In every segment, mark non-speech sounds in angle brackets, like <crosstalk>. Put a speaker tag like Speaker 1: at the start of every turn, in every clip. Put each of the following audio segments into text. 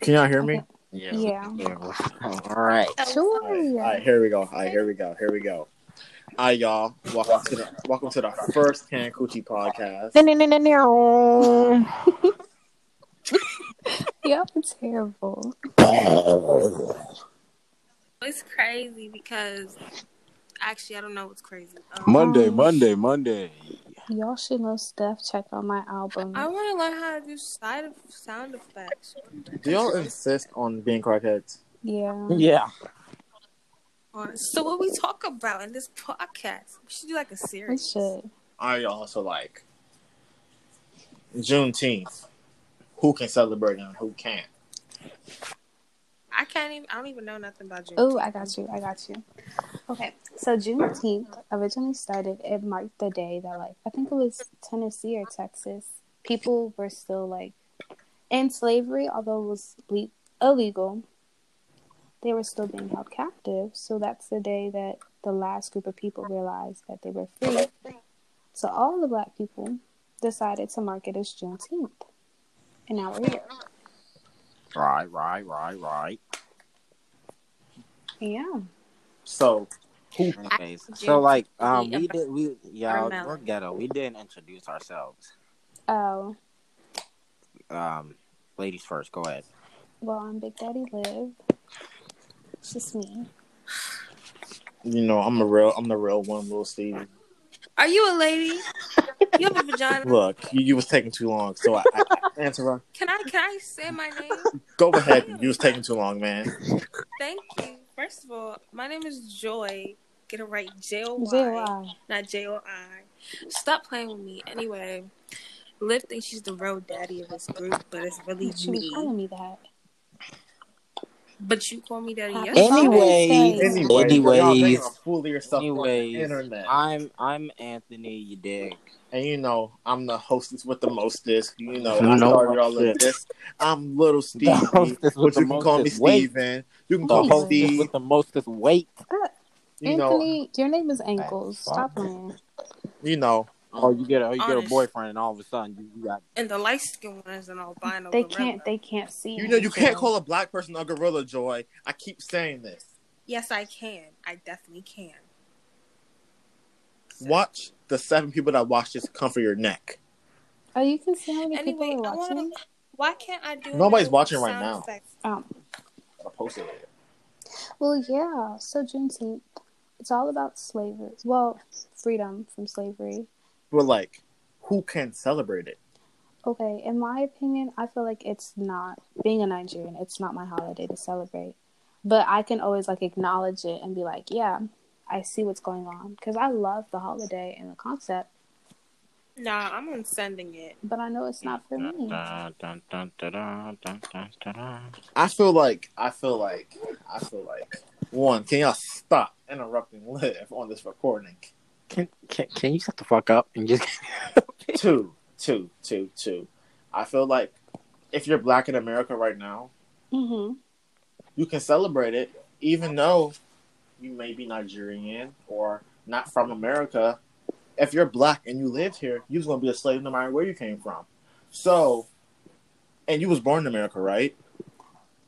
Speaker 1: Can y'all hear me?
Speaker 2: Yeah.
Speaker 3: Yeah.
Speaker 2: All right.
Speaker 4: Oh,
Speaker 3: Sure.
Speaker 1: All right, all right, here we go. All right, here we go. Here we go. All right, y'all. Welcome to the welcome to the first Can Coochie podcast.
Speaker 5: Um,
Speaker 3: Y'all are terrible.
Speaker 4: It's crazy because actually I don't know what's crazy. Um,
Speaker 5: Monday,
Speaker 6: Oh,
Speaker 3: Um,
Speaker 5: Monday, Monday.
Speaker 3: Y'all should know stuff. Check out my album.
Speaker 4: I want to learn how to do side of sound effects
Speaker 1: Do y'all insist on being crackheads?
Speaker 3: yeah.
Speaker 2: Yeah.
Speaker 4: on. So what we talk about in this podcast? We should do like a
Speaker 3: We
Speaker 4: series.
Speaker 3: should.
Speaker 1: All right, y'all. So like Juneteenth. Who can celebrate and who can't?
Speaker 4: I can't even. I don't even know nothing about you.
Speaker 3: Oh, I got you. I got you. Okay. So Juneteenth originally started, it marked the day that, like, I think it was Tennessee or Texas, people were still, like, in slavery, although it was le- illegal, they were still being held captive. So that's the day that the last group of people realized that they were free. So all the black people decided to mark it as Juneteenth. And now we're here.
Speaker 5: Right, right, right, right.
Speaker 3: Yeah.
Speaker 1: So
Speaker 5: Who? Anyways, so like, um, we did we y'all
Speaker 4: Carmel.
Speaker 5: we're ghetto. We didn't introduce ourselves.
Speaker 3: Oh,
Speaker 5: Um, ladies first. Go ahead.
Speaker 3: well, I'm Big Daddy Liv. It's just me.
Speaker 1: you know, I'm a real I'm the real one, little Steve.
Speaker 4: Are you a lady? you
Speaker 3: <laughs>
Speaker 4: have a vagina.
Speaker 1: Look, you, you was taking too long, so I, I, I answer her.
Speaker 4: Can I? Can I say my name?
Speaker 1: Go ahead. You was taking too long, man.
Speaker 4: Thank you. First of all, my name is Joy. Get it right. J O Y.
Speaker 3: JY.
Speaker 4: not J O I. Stop playing with me. Anyway, Liv thinks she's the real daddy of this group, but it's really
Speaker 3: You should be
Speaker 4: me.
Speaker 3: calling me that.
Speaker 4: But you call me daddy
Speaker 3: Happy
Speaker 4: yesterday.
Speaker 5: Anyways.
Speaker 3: Father's Day.
Speaker 1: Anyway,
Speaker 5: Anyways.
Speaker 1: y'all making a fool of yourself on the
Speaker 5: Anyways,
Speaker 1: internet.
Speaker 5: I'm I'm Anthony. You dig?
Speaker 1: and you know, I'm the hostess with the mostest. You know,
Speaker 5: You
Speaker 1: I
Speaker 5: know
Speaker 1: started
Speaker 5: what
Speaker 1: all of
Speaker 5: shit.
Speaker 1: this. I'm little Steve,
Speaker 5: The hostess
Speaker 1: but
Speaker 5: with
Speaker 1: you
Speaker 5: the
Speaker 1: can call me
Speaker 5: mostest weight.
Speaker 1: Steven. You can
Speaker 5: The
Speaker 1: call
Speaker 3: Anyways.
Speaker 1: me
Speaker 5: hostess
Speaker 1: Steve.
Speaker 5: with the mostest weight.
Speaker 1: You know,
Speaker 3: Anthony, your name is Ankles.
Speaker 5: Fuck.
Speaker 3: Stop playing.
Speaker 1: you know.
Speaker 5: Oh, you get a, you get a
Speaker 4: Honest.
Speaker 5: boyfriend, and all of a sudden you, you got
Speaker 4: And the light skinned one is an albino.
Speaker 3: They
Speaker 4: gorilla.
Speaker 3: can't. They can't see.
Speaker 1: You know, you can't
Speaker 3: Ankles.
Speaker 1: call a black person a gorilla, Joy. I keep saying this.
Speaker 4: Yes, I can. I definitely can.
Speaker 1: Watch the seven people that watch this come for your neck.
Speaker 3: Oh, you can see how many
Speaker 4: Anyway,
Speaker 3: people
Speaker 4: I
Speaker 3: are watching.
Speaker 4: want to. Why can't I do?
Speaker 1: Nobody's
Speaker 4: another
Speaker 1: watching right
Speaker 4: sound
Speaker 1: now.
Speaker 4: effect?
Speaker 3: Um,
Speaker 1: I'll post it later.
Speaker 3: well, yeah. So Juneteenth, it's all about slavery. Well, freedom from slavery.
Speaker 1: But like, who can celebrate it?
Speaker 3: Okay, in my opinion, I feel like it's not being a Nigerian. It's not my holiday to celebrate, but I can always like acknowledge it and be like, yeah, I see what's going on because I love the holiday and the concept.
Speaker 4: Nah, I'm unsending it.
Speaker 3: But I know it's not for me.
Speaker 5: Dun, dun, dun, dun, dun, dun, dun, dun, dun.
Speaker 1: I feel like I feel like I feel like one. Can y'all stop interrupting Liv on this recording?
Speaker 5: Can, can can you shut the fuck up and just
Speaker 1: two, two, two, two. I feel like if you're black in America right now,
Speaker 3: Mm-hmm.
Speaker 1: you can celebrate it, even though you may be Nigerian or not from America. If you're black and you lived here, you was gonna be a slave no matter where you came from. So, and you was born in America, right?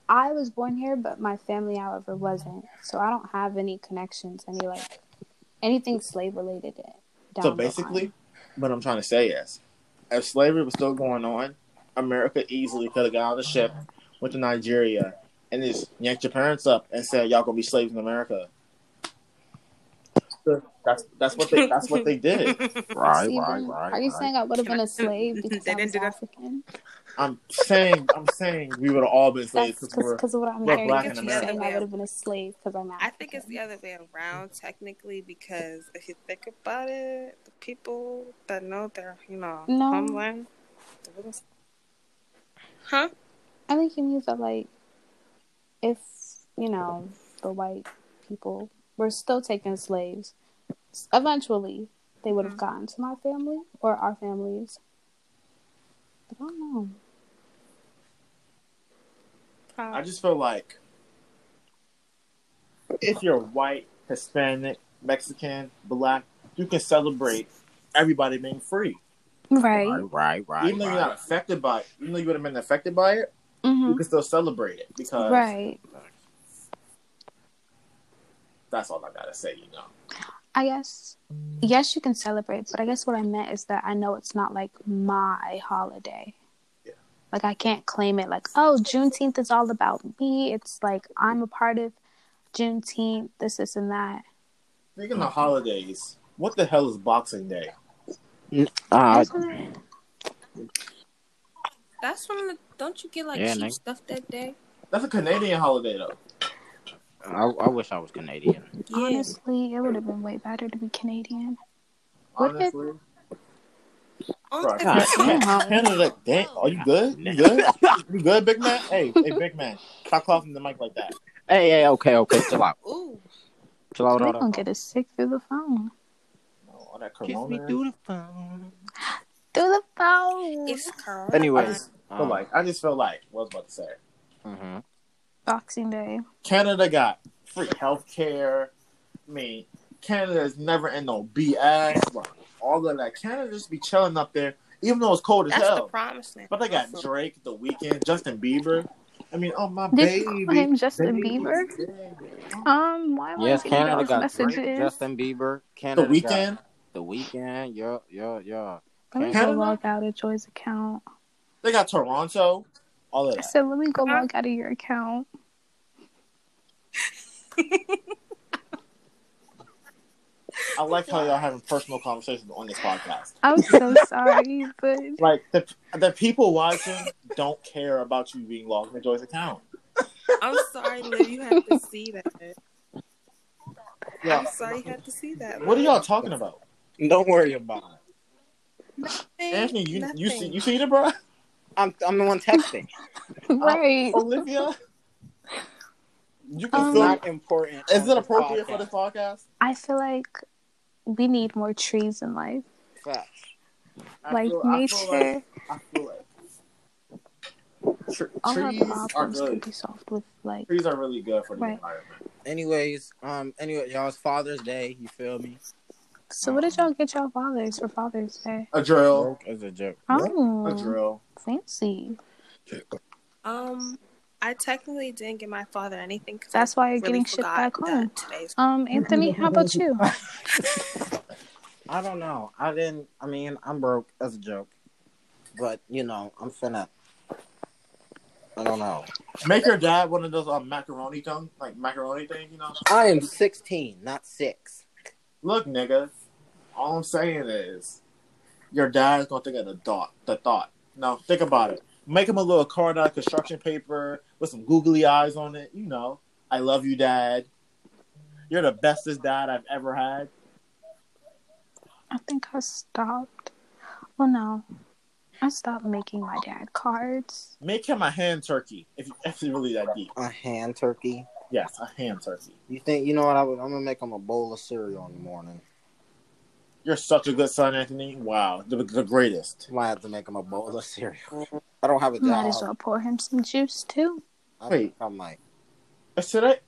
Speaker 3: I was born here, but my family, however, wasn't. So I don't have any connections, any like anything slave related. down the
Speaker 1: so
Speaker 3: line.
Speaker 1: basically, what I'm trying to say is, if slavery was still going on, America easily could have got on the ship, went to Nigeria, and just yanked your parents up and said, "Y'all gonna be slaves in America." That's that's what they that's what they
Speaker 3: <laughs>
Speaker 1: did.
Speaker 5: <laughs>
Speaker 4: <laughs>
Speaker 5: right,
Speaker 3: Steven,
Speaker 5: right, right?
Speaker 3: are you
Speaker 5: right.
Speaker 3: saying I would have been a slave because
Speaker 4: They
Speaker 3: I
Speaker 4: didn't
Speaker 3: was
Speaker 4: do that.
Speaker 3: African?
Speaker 1: I'm saying I'm saying we would have all been slaves
Speaker 3: That's
Speaker 1: because we're
Speaker 3: because of what I'm
Speaker 1: we're
Speaker 3: hearing.
Speaker 1: black
Speaker 3: You're
Speaker 1: in
Speaker 3: saying
Speaker 4: America.
Speaker 3: I would have been a slave because I'm African.
Speaker 4: I think it's the other way around, technically, because if you think about it, the people that know their, you know,
Speaker 3: No.
Speaker 4: homeland, they're gonna- huh?
Speaker 3: I think it means that like if you know the white people were still taking slaves, eventually they would
Speaker 4: Mm-hmm.
Speaker 3: have gotten to my family or our families. I don't know.
Speaker 1: I just feel like if you're white, Hispanic, Mexican, black, you can celebrate everybody being free.
Speaker 3: Right.
Speaker 5: Right, right, right.
Speaker 1: even though
Speaker 5: right.
Speaker 1: you're not affected by it, even though you would have been affected by it,
Speaker 3: hmm
Speaker 5: Mm-hmm.
Speaker 1: you can still celebrate it because
Speaker 3: Right.
Speaker 1: that's all I gotta say. You know,
Speaker 3: I guess, yes, you can celebrate, but I guess what I meant is that I know it's not like my holiday.
Speaker 1: Yeah.
Speaker 3: Like, I can't claim it like, oh, Juneteenth is all about me. It's like, I'm a part of Juneteenth, this, this, and that.
Speaker 1: speaking of holidays, what the hell is Boxing Day?
Speaker 5: Uh,
Speaker 3: That's what I-
Speaker 4: That's from the. Don't you get like
Speaker 5: Yeah,
Speaker 4: cheap
Speaker 5: nigga.
Speaker 4: stuff that day?
Speaker 1: That's a Canadian holiday though.
Speaker 5: I, I wish I was Canadian.
Speaker 3: Honestly, it would have been way better to be Canadian. What the-
Speaker 1: Honestly,
Speaker 4: Aren't
Speaker 1: Right.
Speaker 4: the
Speaker 5: God.
Speaker 4: Christmas-
Speaker 3: Damn.
Speaker 1: <laughs> Canada, damn, are you good?
Speaker 5: <laughs>
Speaker 1: You good? You good, big man? Hey, hey, big man, stop coughing the mic like that.
Speaker 5: Hey, hey, okay, okay, chill out, <laughs>
Speaker 4: Ooh,
Speaker 5: chill out,
Speaker 3: We're
Speaker 5: hold
Speaker 3: going
Speaker 5: on.
Speaker 3: to get us sick through the phone.
Speaker 1: No, all that
Speaker 5: Kiss me
Speaker 1: corona.
Speaker 5: through the phone.
Speaker 3: Through the phone.
Speaker 4: it's cold.
Speaker 1: I
Speaker 5: Anyways,
Speaker 1: just feel like I just feel like what I was about to say.
Speaker 5: hmm
Speaker 3: Boxing Day.
Speaker 1: Canada got free healthcare. I mean, Canada's never in no BS. Like, all of that. Canada just be chilling up there, even though it's cold as
Speaker 4: That's the
Speaker 1: hell.
Speaker 4: promise now.
Speaker 1: But they got Drake, The Weeknd, Justin Bieber. I mean, oh my
Speaker 3: Did you
Speaker 1: baby.
Speaker 3: call him Justin
Speaker 1: baby,
Speaker 3: Bieber?
Speaker 1: baby.
Speaker 3: Um, why am I
Speaker 5: yes,
Speaker 3: getting
Speaker 5: Canada
Speaker 3: those
Speaker 5: got Drake,
Speaker 3: messages?
Speaker 5: Justin Bieber,
Speaker 1: The
Speaker 5: Canada got
Speaker 1: Weeknd.
Speaker 5: the weekend. Yeah, yeah, yeah.
Speaker 3: Let me
Speaker 1: Canada?
Speaker 3: go log out of Joy's account.
Speaker 1: They got Toronto. All of
Speaker 3: I
Speaker 1: that.
Speaker 3: said, let me go log out of your account.
Speaker 1: I like how y'all having personal conversations on this podcast. <laughs>
Speaker 3: I'm so sorry, but
Speaker 1: Like the the people watching don't care about you being logged in Joy's account.
Speaker 4: I'm sorry, Liv. You had to see that.
Speaker 1: Yeah.
Speaker 4: I'm sorry you had to see that.
Speaker 1: What are y'all talking about?
Speaker 5: Don't worry about it.
Speaker 4: Nothing,
Speaker 1: Anthony, you you see
Speaker 4: nothing.
Speaker 1: you see the bro?
Speaker 5: I'm I'm the
Speaker 1: <laughs>
Speaker 5: one texting.
Speaker 3: right.
Speaker 1: Olivia? You can
Speaker 3: Um,
Speaker 5: It's
Speaker 1: feel
Speaker 5: not important.
Speaker 1: Is
Speaker 5: on
Speaker 1: it appropriate for
Speaker 5: podcast.
Speaker 1: this podcast?
Speaker 3: I feel like we need more trees in life,
Speaker 5: Facts.
Speaker 1: I
Speaker 3: like
Speaker 1: feel- I
Speaker 3: nature.
Speaker 1: feel like- I feel like tr-
Speaker 3: All
Speaker 1: trees
Speaker 3: our
Speaker 1: are
Speaker 3: problems could
Speaker 1: good.
Speaker 3: be solved with like.
Speaker 1: Trees are really good for the
Speaker 3: Right.
Speaker 1: environment.
Speaker 5: Anyways, um, anyway, y'all's Father's Day. You feel me?
Speaker 3: So, what did y'all get y'all fathers for Father's Day?
Speaker 1: A drill,
Speaker 5: Joke is a joke.
Speaker 1: a
Speaker 3: Oh,
Speaker 1: drill.
Speaker 3: fancy.
Speaker 4: Um, I technically didn't give my father anything. 'cause
Speaker 3: That's why
Speaker 4: I
Speaker 3: you're getting shit
Speaker 4: forgot
Speaker 3: back home.
Speaker 4: that Today's
Speaker 3: Um, Anthony, how
Speaker 1: <laughs>
Speaker 3: about you?
Speaker 5: I don't know. I didn't. I mean, I'm broke as a joke, but you know, I'm finna. I don't know.
Speaker 1: Make your dad one of those um, macaroni tongue, like macaroni thing, you know.
Speaker 5: I am 16, not six.
Speaker 1: Look, nigga, all I'm saying is, your dad's gonna think of the thought. The thought. Now think about it. Make him a little card out of construction paper with some googly eyes on it. You know, I love you, dad. You're the bestest dad I've ever had.
Speaker 3: I think I stopped. Well, no, I stopped making my dad cards.
Speaker 1: Make him a ham turkey if you if you really that deep.
Speaker 5: A hand turkey.
Speaker 1: Yes, a ham turkey.
Speaker 5: You think you know what? I would, I'm gonna make him a bowl of cereal in the morning.
Speaker 1: You're such a good son, Anthony. Wow, the, the greatest.
Speaker 5: Might have to make him a bowl of <laughs> cereal. I don't have a job.
Speaker 3: Might as well pour him some juice too.
Speaker 5: I,
Speaker 1: Wait.
Speaker 5: I might.
Speaker 1: It's today.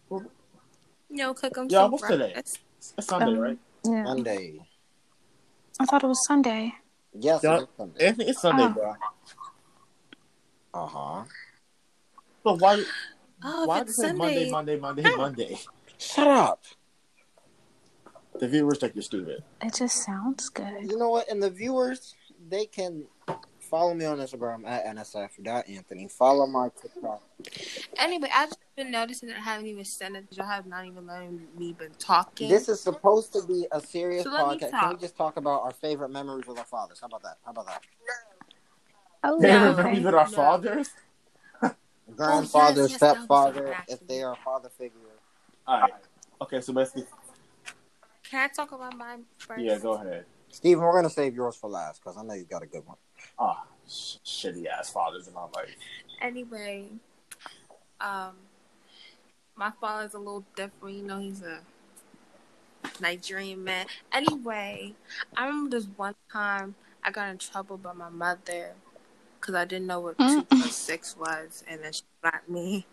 Speaker 4: no cook him
Speaker 1: Yeah,
Speaker 4: some
Speaker 1: what's today?
Speaker 4: breakfast.
Speaker 1: It's Sunday,
Speaker 3: Um,
Speaker 1: right?
Speaker 3: Yeah,
Speaker 5: Monday.
Speaker 3: I thought it was Sunday.
Speaker 5: Yes.
Speaker 1: Yeah.
Speaker 5: Sunday.
Speaker 1: Anthony, it's Sunday,
Speaker 3: Oh.
Speaker 1: bro.
Speaker 5: Uh huh.
Speaker 1: But why?
Speaker 4: Oh,
Speaker 1: why do
Speaker 4: if
Speaker 1: you
Speaker 4: it's
Speaker 1: say
Speaker 4: Sunday,
Speaker 1: Monday, Monday, Monday,
Speaker 4: <laughs>
Speaker 1: Monday?
Speaker 5: Shut up.
Speaker 1: The viewers think you're stupid.
Speaker 3: It just sounds good.
Speaker 5: You know what? And the viewers, they can follow me on Instagram at nsf.anthony. Follow my TikTok.
Speaker 4: anyway, I've just been noticing that I haven't even sent it. Y'all have not even let me been talking.
Speaker 5: This is supposed to be a serious
Speaker 4: So let me
Speaker 5: podcast. Can we
Speaker 4: talk.
Speaker 5: just talk about our favorite memories with our fathers? How about that? How about that?
Speaker 3: Oh,
Speaker 1: They
Speaker 4: No.
Speaker 1: remember
Speaker 3: okay.
Speaker 1: even our
Speaker 4: No.
Speaker 1: fathers.
Speaker 5: Grandfather,
Speaker 4: Oh, yes, yes, that was what
Speaker 5: stepfather,
Speaker 4: I'm
Speaker 5: if they are a father figure.
Speaker 1: All right. Okay, so basically,
Speaker 4: Can I talk about mine first?
Speaker 1: yeah, go ahead.
Speaker 5: Steven, we're gonna save yours for last because I know you got a good one.
Speaker 1: Ah, sh- shitty ass fathers in our life.
Speaker 4: Anyway, um, my father's a little different. You know, he's a Nigerian man. Anyway, I remember this one time I got in trouble by my mother because I didn't know what two plus six was, and then she slapped me.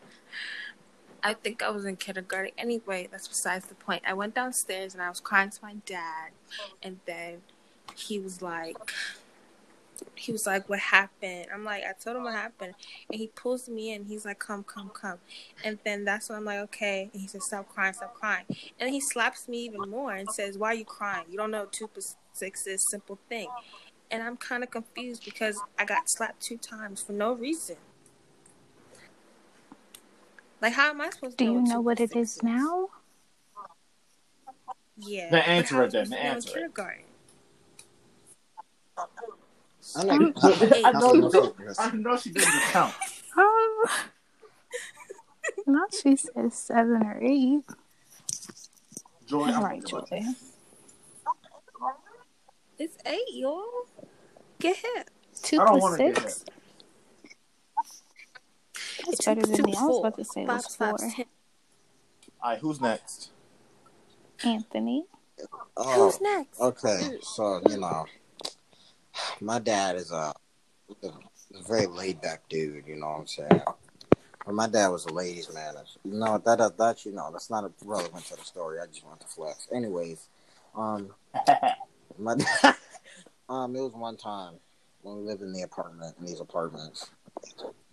Speaker 4: I think I was in kindergarten. Anyway, that's besides the point. I went downstairs and I was crying to my dad, and then he was like, he was like, "What happened?" I'm like, "I told him what happened," and he pulls me in. He's like, "Come, come, come," and then that's when I'm like, "Okay," and he says, "Stop crying, stop crying," and he slaps me even more and says, "Why are you crying? You don't know two plus six is simple thing," and I'm kind of confused because I got slapped two times for no reason. Like, how am I supposed
Speaker 3: Do
Speaker 4: to?
Speaker 3: you
Speaker 4: two
Speaker 3: know what
Speaker 4: plus
Speaker 3: it
Speaker 4: six
Speaker 3: is now?
Speaker 4: Yeah.
Speaker 6: The
Speaker 4: but how
Speaker 6: answer
Speaker 4: am I
Speaker 6: it then,
Speaker 4: supposed
Speaker 6: the
Speaker 4: to know in
Speaker 6: answer it.
Speaker 4: Kindergarten.
Speaker 5: I
Speaker 4: Um,
Speaker 5: know.
Speaker 1: <laughs>
Speaker 5: I,
Speaker 6: I
Speaker 5: I
Speaker 6: know, you
Speaker 5: know
Speaker 6: don't-
Speaker 5: this.
Speaker 6: I know she didn't count.
Speaker 5: Um, <laughs>
Speaker 3: Oh. Not she says seven or eight.
Speaker 6: Joy,
Speaker 3: All
Speaker 6: I'm
Speaker 3: right,
Speaker 6: joy.
Speaker 3: Joy.
Speaker 4: It's eight, y'all. Get hit.
Speaker 3: Two
Speaker 6: I don't
Speaker 3: plus
Speaker 6: want to get
Speaker 3: six.
Speaker 6: hit.
Speaker 3: That's
Speaker 4: Two
Speaker 3: better
Speaker 4: plus
Speaker 3: than
Speaker 4: two
Speaker 3: me.
Speaker 4: is
Speaker 3: I was
Speaker 4: four.
Speaker 3: about to say it
Speaker 4: Five
Speaker 3: was
Speaker 4: plus five
Speaker 3: four.
Speaker 4: is ten.
Speaker 6: All right,
Speaker 1: <laughs>
Speaker 6: who's next?
Speaker 3: Anthony.
Speaker 5: Oh,
Speaker 4: Who's next?
Speaker 5: okay. So you know, my dad is a, a very laid back dude. You know what I'm saying? But my dad was a ladies' man. No, that that, that you know, that's not relevant to the story. I just want to flex. Anyways, um, My <laughs> um, it was one time when we lived in the apartment in these apartments.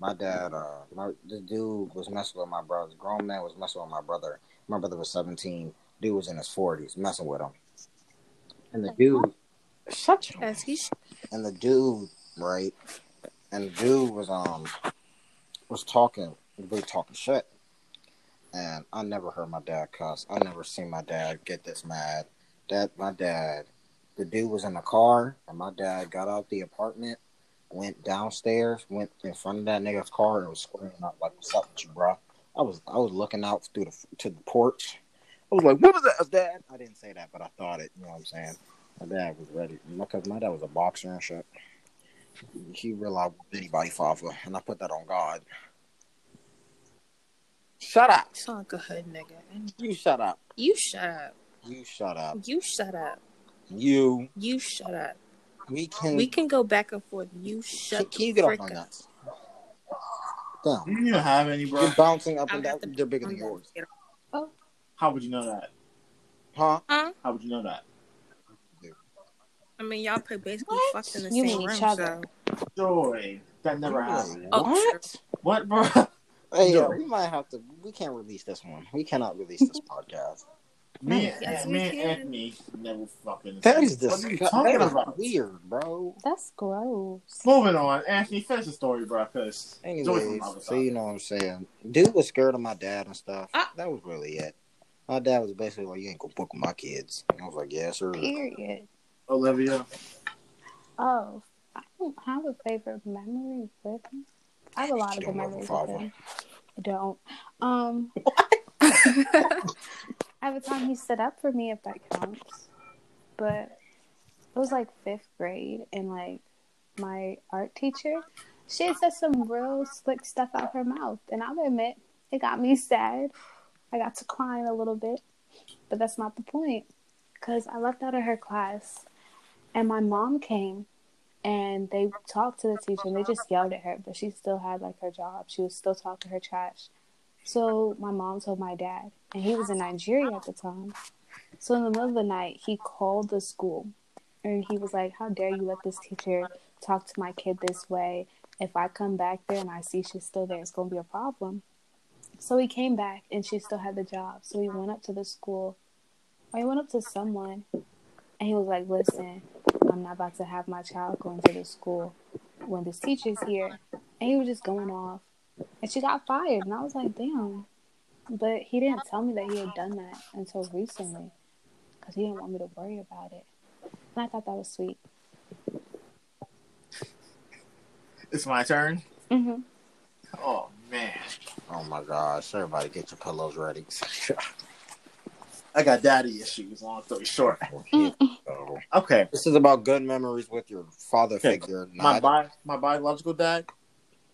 Speaker 5: My dad, uh, my the dude was messing with my brother. The grown man was messing with my brother. My brother was seventeen. Dude was in his forties, messing with him. And the dude, shut your.
Speaker 4: As he sh-
Speaker 5: And the dude, right? And the dude was um was talking, really talking shit. And I never heard my dad cuss. I never seen my dad get this mad. That my dad, the dude was in the car, and my dad got out the apartment, went downstairs, went in front of that nigga's car, and was screaming out like, "What's up with you, bro?" I was I was looking out through the to the porch. I was like, "What was that, dad?" I didn't say that, but I thought it. You know what I'm saying? My dad was ready because my dad was a boxer and shit. He realized anybody father, and I put that on God. Shut up.
Speaker 4: sound like a hood nigga.
Speaker 5: You shut up.
Speaker 4: You shut up.
Speaker 5: You shut up.
Speaker 4: You shut up.
Speaker 5: You.
Speaker 4: You shut up.
Speaker 5: We can.
Speaker 4: We can go back and forth. You
Speaker 5: can,
Speaker 4: shut
Speaker 5: can you
Speaker 4: the
Speaker 5: get off
Speaker 4: frick
Speaker 5: my
Speaker 4: up.
Speaker 5: nuts? Damn.
Speaker 6: You don't have any, bro.
Speaker 5: You're bouncing up
Speaker 4: I'll
Speaker 5: and down.
Speaker 4: have to-
Speaker 5: They're bigger
Speaker 4: I'm
Speaker 5: than
Speaker 4: gonna
Speaker 5: yours.
Speaker 4: get off.
Speaker 6: How would you know that?
Speaker 5: Huh?
Speaker 4: Huh?
Speaker 6: How would you know that?
Speaker 4: I mean, y'all play basically
Speaker 3: What?
Speaker 4: fucked in the
Speaker 3: You
Speaker 4: same
Speaker 3: mean
Speaker 4: room,
Speaker 3: each other.
Speaker 4: so.
Speaker 6: Joy, that never
Speaker 5: You're like,
Speaker 6: happened.
Speaker 4: Oh,
Speaker 5: What?
Speaker 6: What, bro? <laughs>
Speaker 5: Hey, yo,
Speaker 6: No.
Speaker 5: we might have to. We can't release this one. We cannot release
Speaker 4: <laughs>
Speaker 5: this podcast.
Speaker 6: Me,
Speaker 4: Yes,
Speaker 6: and
Speaker 4: we
Speaker 6: me and
Speaker 4: can.
Speaker 6: Anthony never fucking.
Speaker 5: That is
Speaker 6: What are
Speaker 5: disgusting.
Speaker 6: you talking
Speaker 5: That is
Speaker 6: about?
Speaker 5: weird, bro.
Speaker 3: That's gross.
Speaker 6: Moving on, Anthony, finish the story, bro, because Joy's from
Speaker 5: Anyways,
Speaker 6: another
Speaker 5: so you know what I'm saying. Dude was scared of my dad and stuff.
Speaker 4: Ah.
Speaker 5: That was really it. My dad was basically like, "You ain't gonna book with my kids." And I was like, "Yeah, sure."
Speaker 3: Period.
Speaker 6: Olivia.
Speaker 3: Oh, I don't have a favorite memory with me. I have a lot of
Speaker 5: You
Speaker 3: good
Speaker 5: don't have a
Speaker 3: memories with
Speaker 5: father.
Speaker 3: him. I don't. Um, I have a time he stood up for me, if that counts. But it was like fifth grade, and like my art teacher, she had said some real slick stuff out her mouth, and I'll admit it got me sad. I got to crying a little bit, but that's not the point, because I left out of her class, and my mom came, and they talked to the teacher, and they just yelled at her, but she still had like her job. She was still talking her trash. So my mom told my dad, and he was in Nigeria at the time. So in the middle of the night, he called the school and he was like, How dare you let this teacher talk to my kid this way? If I come back there and I see she's still there, it's going to be a problem. So he came back and she still had the job. So he went up to the school, or he went up to someone, and he was like, Listen, I'm not about to have my child going to the school when this teacher's here. And he was just going off. And she got fired. And I was like, Damn. But he didn't tell me that he had done that until recently because he didn't want me to worry about it. And I thought that was sweet.
Speaker 6: It's my turn.
Speaker 3: Mm-hmm.
Speaker 6: Oh, man.
Speaker 5: Oh my gosh! Everybody, get your pillows ready. <laughs> Oh,
Speaker 6: I got daddy issues, long story short.
Speaker 5: Oh.
Speaker 6: Okay,
Speaker 5: This is about good memories with your father
Speaker 6: Okay,
Speaker 5: figure.
Speaker 6: my
Speaker 5: Not
Speaker 6: bi- my biological dad,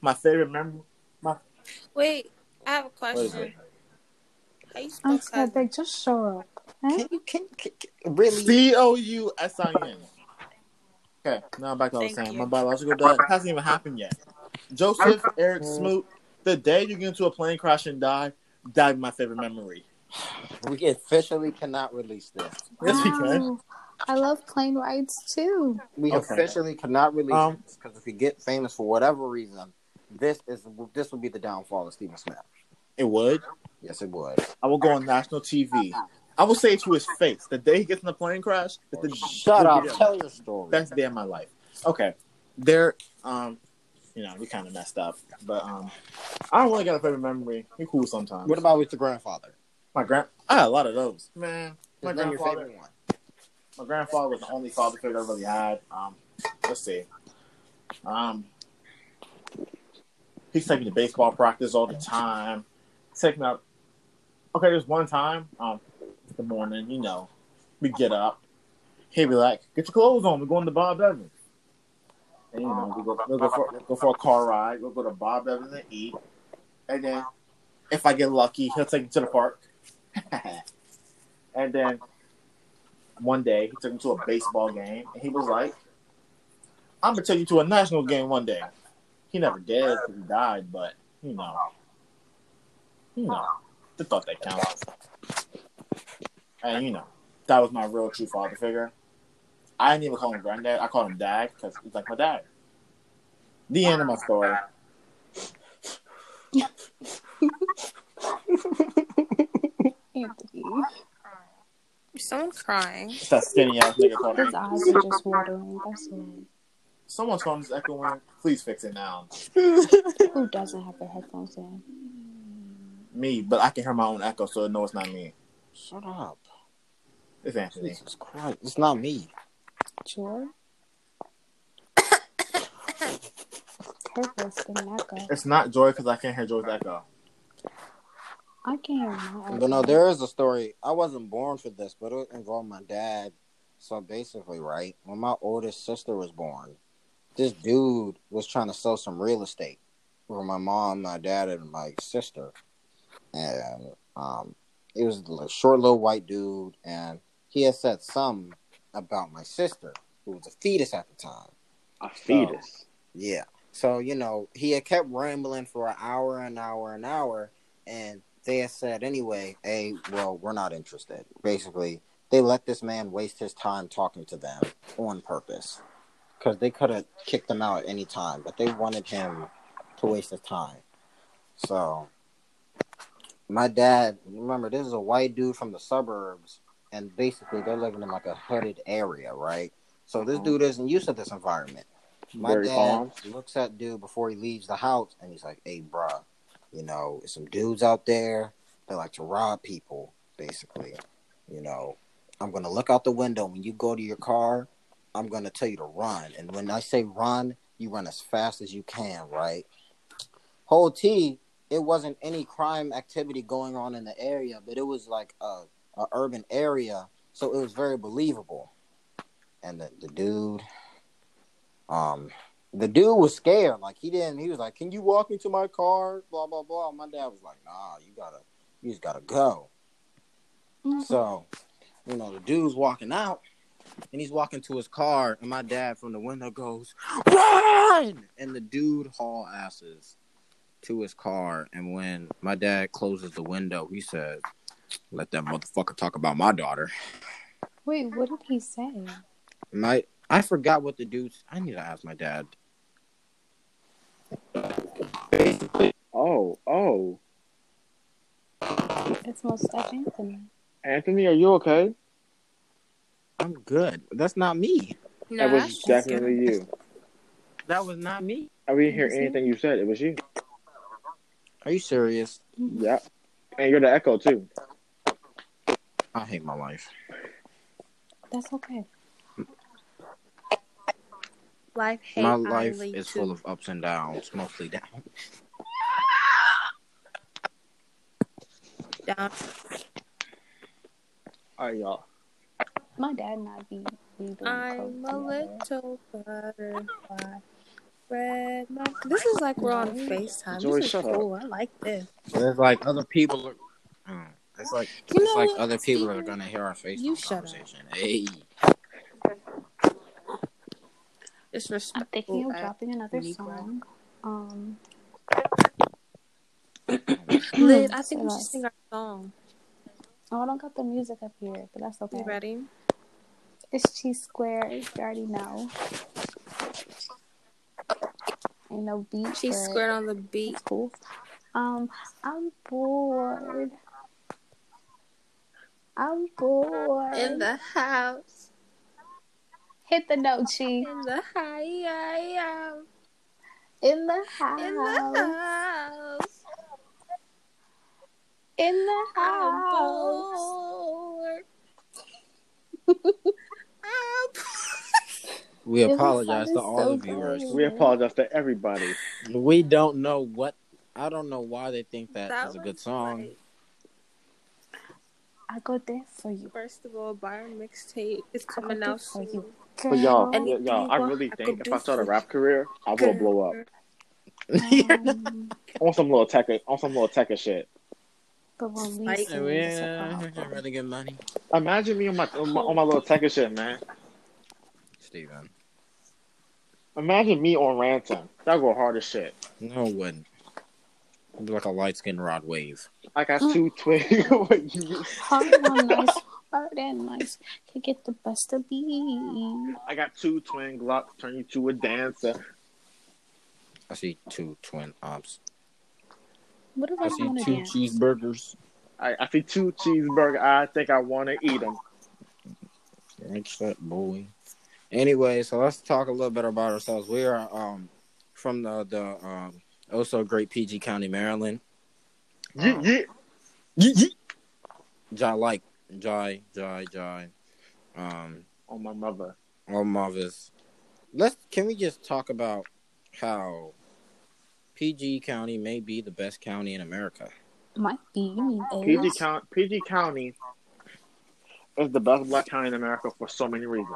Speaker 6: my favorite memory.
Speaker 4: <laughs> Wait, I have a
Speaker 6: What is
Speaker 4: question.
Speaker 6: it?
Speaker 4: How you
Speaker 3: I'm
Speaker 4: spell
Speaker 3: scared.
Speaker 4: cousin?
Speaker 3: They just show up. Eh?
Speaker 5: can you can, can, can- really?
Speaker 6: C O U S I N. Okay, now I'm back to what I was
Speaker 4: Thank
Speaker 6: saying.
Speaker 4: you.
Speaker 6: My biological dad hasn't even happened yet. Joseph Eric
Speaker 5: Mm-hmm.
Speaker 6: Smoot, the day you get into a plane crash and die, that'd be my favorite memory.
Speaker 5: We officially cannot release this.
Speaker 6: Yes, we can.
Speaker 3: Wow. I love plane rides <laughs> too.
Speaker 5: We
Speaker 1: Okay.
Speaker 5: officially cannot release
Speaker 1: Um,
Speaker 5: this because if we get famous for whatever reason, this is this would be the downfall of Steven Smith.
Speaker 1: It would.
Speaker 5: Yes, it would.
Speaker 1: I will go on national TV. I will say it to his face. The day he gets in a plane crash, it's
Speaker 5: Or
Speaker 1: the
Speaker 5: shut up.
Speaker 1: Yeah.
Speaker 5: Tell your story.
Speaker 1: best day of my life. Okay, there. Um, you know, we kind of messed up, but um, I don't really got a favorite memory. We cool sometimes.
Speaker 5: what about with your grandfather?
Speaker 1: my grand? I had a lot of those. Man, my
Speaker 5: Just name your
Speaker 1: grandfather.
Speaker 5: favorite one.
Speaker 1: My grandfather was the only father figure I really had. Um, let's see. Um, he's taking me to baseball practice all the time. Take me out. Okay, there's one time. Um, the morning, you know, we get up. He'd be like, "Get your clothes on. We're going to Bob Evans." And you know, we go, we'll go for go for a car ride. We'll go to Bob Evans and eat. And then, if I get lucky, he'll take me to the park. <laughs> and then one day. He took me to a baseball game, and he was like, "I'm gonna take you to a national game one day." He never did 'cause he died, but you know, you know, the thought that counts. And you know, that was my real true father figure. I didn't even call him granddad; I called him dad because he's like my dad. The end of my story.
Speaker 3: Anthony,
Speaker 7: Someone crying.
Speaker 1: It's that skinny ass nigga called.
Speaker 3: his
Speaker 1: Hank.
Speaker 3: eyes are just watering. That's mean.
Speaker 1: Someone's phone is echoing. Please fix it now.
Speaker 3: Who doesn't have their headphones in?
Speaker 1: Me, but I can hear my own echo, so no, it's not me.
Speaker 5: Shut up.
Speaker 1: It's Anthony.
Speaker 5: Jesus Christ. It's not me.
Speaker 3: George? Her voice did not go.
Speaker 1: It's not Joy because I can't hear Joy's echo.
Speaker 3: I can't hear my
Speaker 5: But no, there is a story. I wasn't born for this, but it involved my dad. So basically, right when my oldest sister was born, this dude was trying to sell some real estate for my mom, my dad, and my sister. And um, it was a short, little white dude, and he had said something about my sister, who was a fetus at the time.
Speaker 6: A fetus.
Speaker 5: Yeah. So, you know, he had kept rambling for an hour, an hour, an hour, and they had said anyway, hey, well, we're not interested. Basically, they let this man waste his time talking to them on purpose because they could have kicked him out at any time, but they wanted him to waste his time. So, my dad, remember, this is a white dude from the suburbs, and basically they're living in like a hooded area, right? So, this dude isn't used to this environment. My
Speaker 6: Very
Speaker 5: dad
Speaker 6: calm.
Speaker 5: looks at dude before he leaves the house, and he's like, "Hey, bruh, you know, there's some dudes out there that like to rob people. Basically, you know, I'm gonna look out the window when you go to your car. I'm gonna tell you to run, and when I say run, you run as fast as you can, right? Whole T, it wasn't any crime activity going on in the area, but it was like a, a urban area, so it was very believable. And the, the dude, um, the dude was scared. Like he didn't. He was like, "Can you walk me to my car?" Blah blah blah. My dad was like, "Nah, you gotta, you just gotta go." So, you know, the dude's walking out, and he's walking to his car, and my dad from the window goes, "Run!" And the dude haul asses to his car, and when my dad closes the window, he said, "Let that motherfucker talk about my daughter."
Speaker 3: Wait, what did he say?
Speaker 5: My I forgot what the dude's. I need to ask my dad.
Speaker 6: Oh, oh.
Speaker 3: It's most Def Anthony.
Speaker 6: Anthony, are you okay?
Speaker 5: I'm good. That's not me.
Speaker 6: that was
Speaker 7: that's just-
Speaker 6: definitely you.
Speaker 5: That was not me.
Speaker 6: I didn't hear
Speaker 3: Was it?
Speaker 6: anything you said. It was you.
Speaker 5: Are you serious?
Speaker 3: Mm-hmm.
Speaker 6: Yeah. And you're the echo too.
Speaker 5: I hate my life.
Speaker 3: That's okay.
Speaker 7: Life hate
Speaker 5: my
Speaker 7: I
Speaker 5: life
Speaker 7: lead
Speaker 5: is
Speaker 7: to.
Speaker 5: full of ups and downs, mostly down.
Speaker 7: down.
Speaker 6: All right, y'all.
Speaker 3: My dad and I be, be doing coke
Speaker 7: I'm a
Speaker 3: together.
Speaker 7: little butterfly. Red my... This is like we're on FaceTime.
Speaker 6: Joy,
Speaker 7: this is
Speaker 6: shut up.
Speaker 7: cool. I like this.
Speaker 5: It's like other people. Are, Mm. it's like
Speaker 7: You
Speaker 5: it's
Speaker 7: know
Speaker 5: like
Speaker 7: what,
Speaker 5: other people are
Speaker 7: Steven?
Speaker 5: gonna hear our face
Speaker 7: You shut up.
Speaker 5: conversation. Hey,
Speaker 7: <clears throat> It's
Speaker 3: I'm
Speaker 7: respectful.
Speaker 3: thinking of
Speaker 7: as-
Speaker 3: dropping another
Speaker 7: Negro.
Speaker 3: song.
Speaker 7: <coughs>
Speaker 3: Um,
Speaker 7: Lid, I think
Speaker 3: so
Speaker 7: we
Speaker 3: like-
Speaker 7: should sing our song.
Speaker 3: Oh, I don't got the music up here, but that's okay.
Speaker 7: You ready?
Speaker 3: It's cheese squares. You already know. Ain't no beach.
Speaker 7: She squared on the beat.
Speaker 3: It's cool. Um, I'm bored. I'm bored.
Speaker 7: In the house.
Speaker 3: Hit the note, Chi.
Speaker 7: In the house.
Speaker 3: In the house.
Speaker 7: In the house.
Speaker 3: In the
Speaker 7: I'm
Speaker 3: house.
Speaker 7: bored. I'm bored.
Speaker 5: We
Speaker 3: It was
Speaker 5: apologize to
Speaker 3: sounding
Speaker 5: all
Speaker 3: so
Speaker 5: the viewers.
Speaker 3: good.
Speaker 1: We apologize to everybody.
Speaker 5: We don't know what. I don't know why they think that
Speaker 7: That
Speaker 5: is a good
Speaker 7: was
Speaker 5: song.
Speaker 7: like,
Speaker 3: I go there for you.
Speaker 7: first of all, buy our mixtape. It's
Speaker 3: I go
Speaker 7: coming
Speaker 3: do
Speaker 7: out
Speaker 3: for you.
Speaker 7: soon.
Speaker 1: But y'all,
Speaker 7: And-
Speaker 1: <laughs> y- y'all, I really
Speaker 7: I
Speaker 1: think
Speaker 7: could
Speaker 1: if I
Speaker 7: do
Speaker 1: start a
Speaker 7: for
Speaker 1: rap career, I will blow up
Speaker 3: Um,
Speaker 1: on some little tech, on some little tech shit.
Speaker 3: but when we
Speaker 7: Like-
Speaker 3: sing, it's a
Speaker 5: Yeah, I can
Speaker 3: problem.
Speaker 5: really get money,
Speaker 1: Imagine me on my on my, on my little tech shit, man.
Speaker 5: Steven.
Speaker 1: Imagine me on ransom. That go hard as shit.
Speaker 5: No, it wouldn't. It'd be like a light skinned rod wave.
Speaker 1: I got
Speaker 7: <gasps>
Speaker 1: two twigs. What you-
Speaker 3: Hard
Speaker 5: <laughs>
Speaker 3: on nice, hard and nice. Can get the best of me.
Speaker 1: <laughs> I got two twin glocks. Turn you to a dancer.
Speaker 5: I see two twin ops.
Speaker 3: What do
Speaker 5: I
Speaker 3: I
Speaker 5: see
Speaker 3: want
Speaker 5: two
Speaker 3: again?
Speaker 5: cheeseburgers.
Speaker 1: I, I see two cheeseburger. I think I want to eat them.
Speaker 5: Mix that boy. Anyway, so let's talk a little bit about ourselves. We are um from the the um also great PG County, Maryland.
Speaker 1: Yeah, yeah.
Speaker 5: Jai like Jai Jai Jai. Um,
Speaker 1: Oh my mother.
Speaker 5: all mothers. Let's can we just talk about how PG County may be the best county in America?
Speaker 3: Might be. You mean
Speaker 1: PG
Speaker 3: age?
Speaker 1: County, PG County is the best black county in America for so many reasons.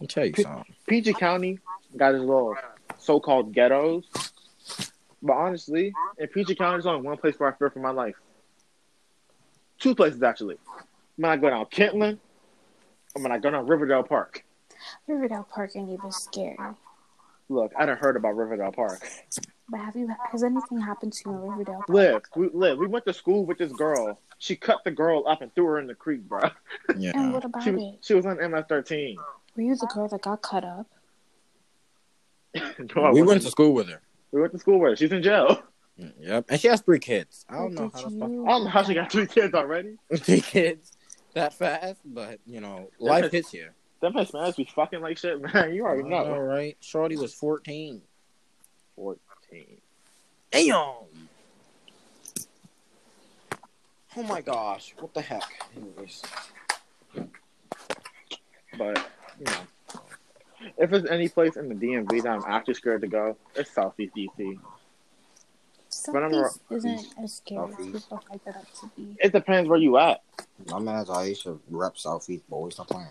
Speaker 5: I'll tell you
Speaker 1: P-
Speaker 5: something.
Speaker 1: PG County got his little so-called ghettos, but honestly, in PG County, there's only one place where I fear for my life. Two places actually. When I go down Kentland, and when I go down Riverdale Park.
Speaker 3: Riverdale Park ain't even scary.
Speaker 1: Look, I done heard about Riverdale Park.
Speaker 3: But have you? Has anything happened to you in Riverdale? Park?
Speaker 1: Liv, we Liv, we went to school with this girl. She cut the girl up and threw her in the creek, bro.
Speaker 3: And
Speaker 5: Yeah.
Speaker 3: what about
Speaker 1: She was
Speaker 3: it?
Speaker 1: she was on MS13.
Speaker 3: Were you the girl that got cut up?
Speaker 1: No, I
Speaker 5: we went
Speaker 1: wasn't.
Speaker 5: to school with her.
Speaker 1: <laughs> we went to school with her. She's in jail.
Speaker 5: Mm, Yep. And she has three kids. I
Speaker 3: Or
Speaker 5: don't know
Speaker 3: did
Speaker 5: how the fuck
Speaker 3: you?
Speaker 1: I don't know how she got three kids already.
Speaker 5: <laughs> three kids that fast, but you know, life hits you.
Speaker 1: That makes man be fucking like shit, man. You
Speaker 5: I
Speaker 1: already know.
Speaker 5: know, right? Shorty was fourteen.
Speaker 1: 14.
Speaker 5: Damn. Oh my gosh. What the heck? Anyways.
Speaker 1: But, you know. If there's any place in the DMV that I'm actually scared to go, it's Southeast DC.
Speaker 3: Southeast isn't as scary as
Speaker 6: Southeast.
Speaker 3: people hype it up to be.
Speaker 1: It depends where you at.
Speaker 6: My man's Aisha rep Southeast boy. Stop playing.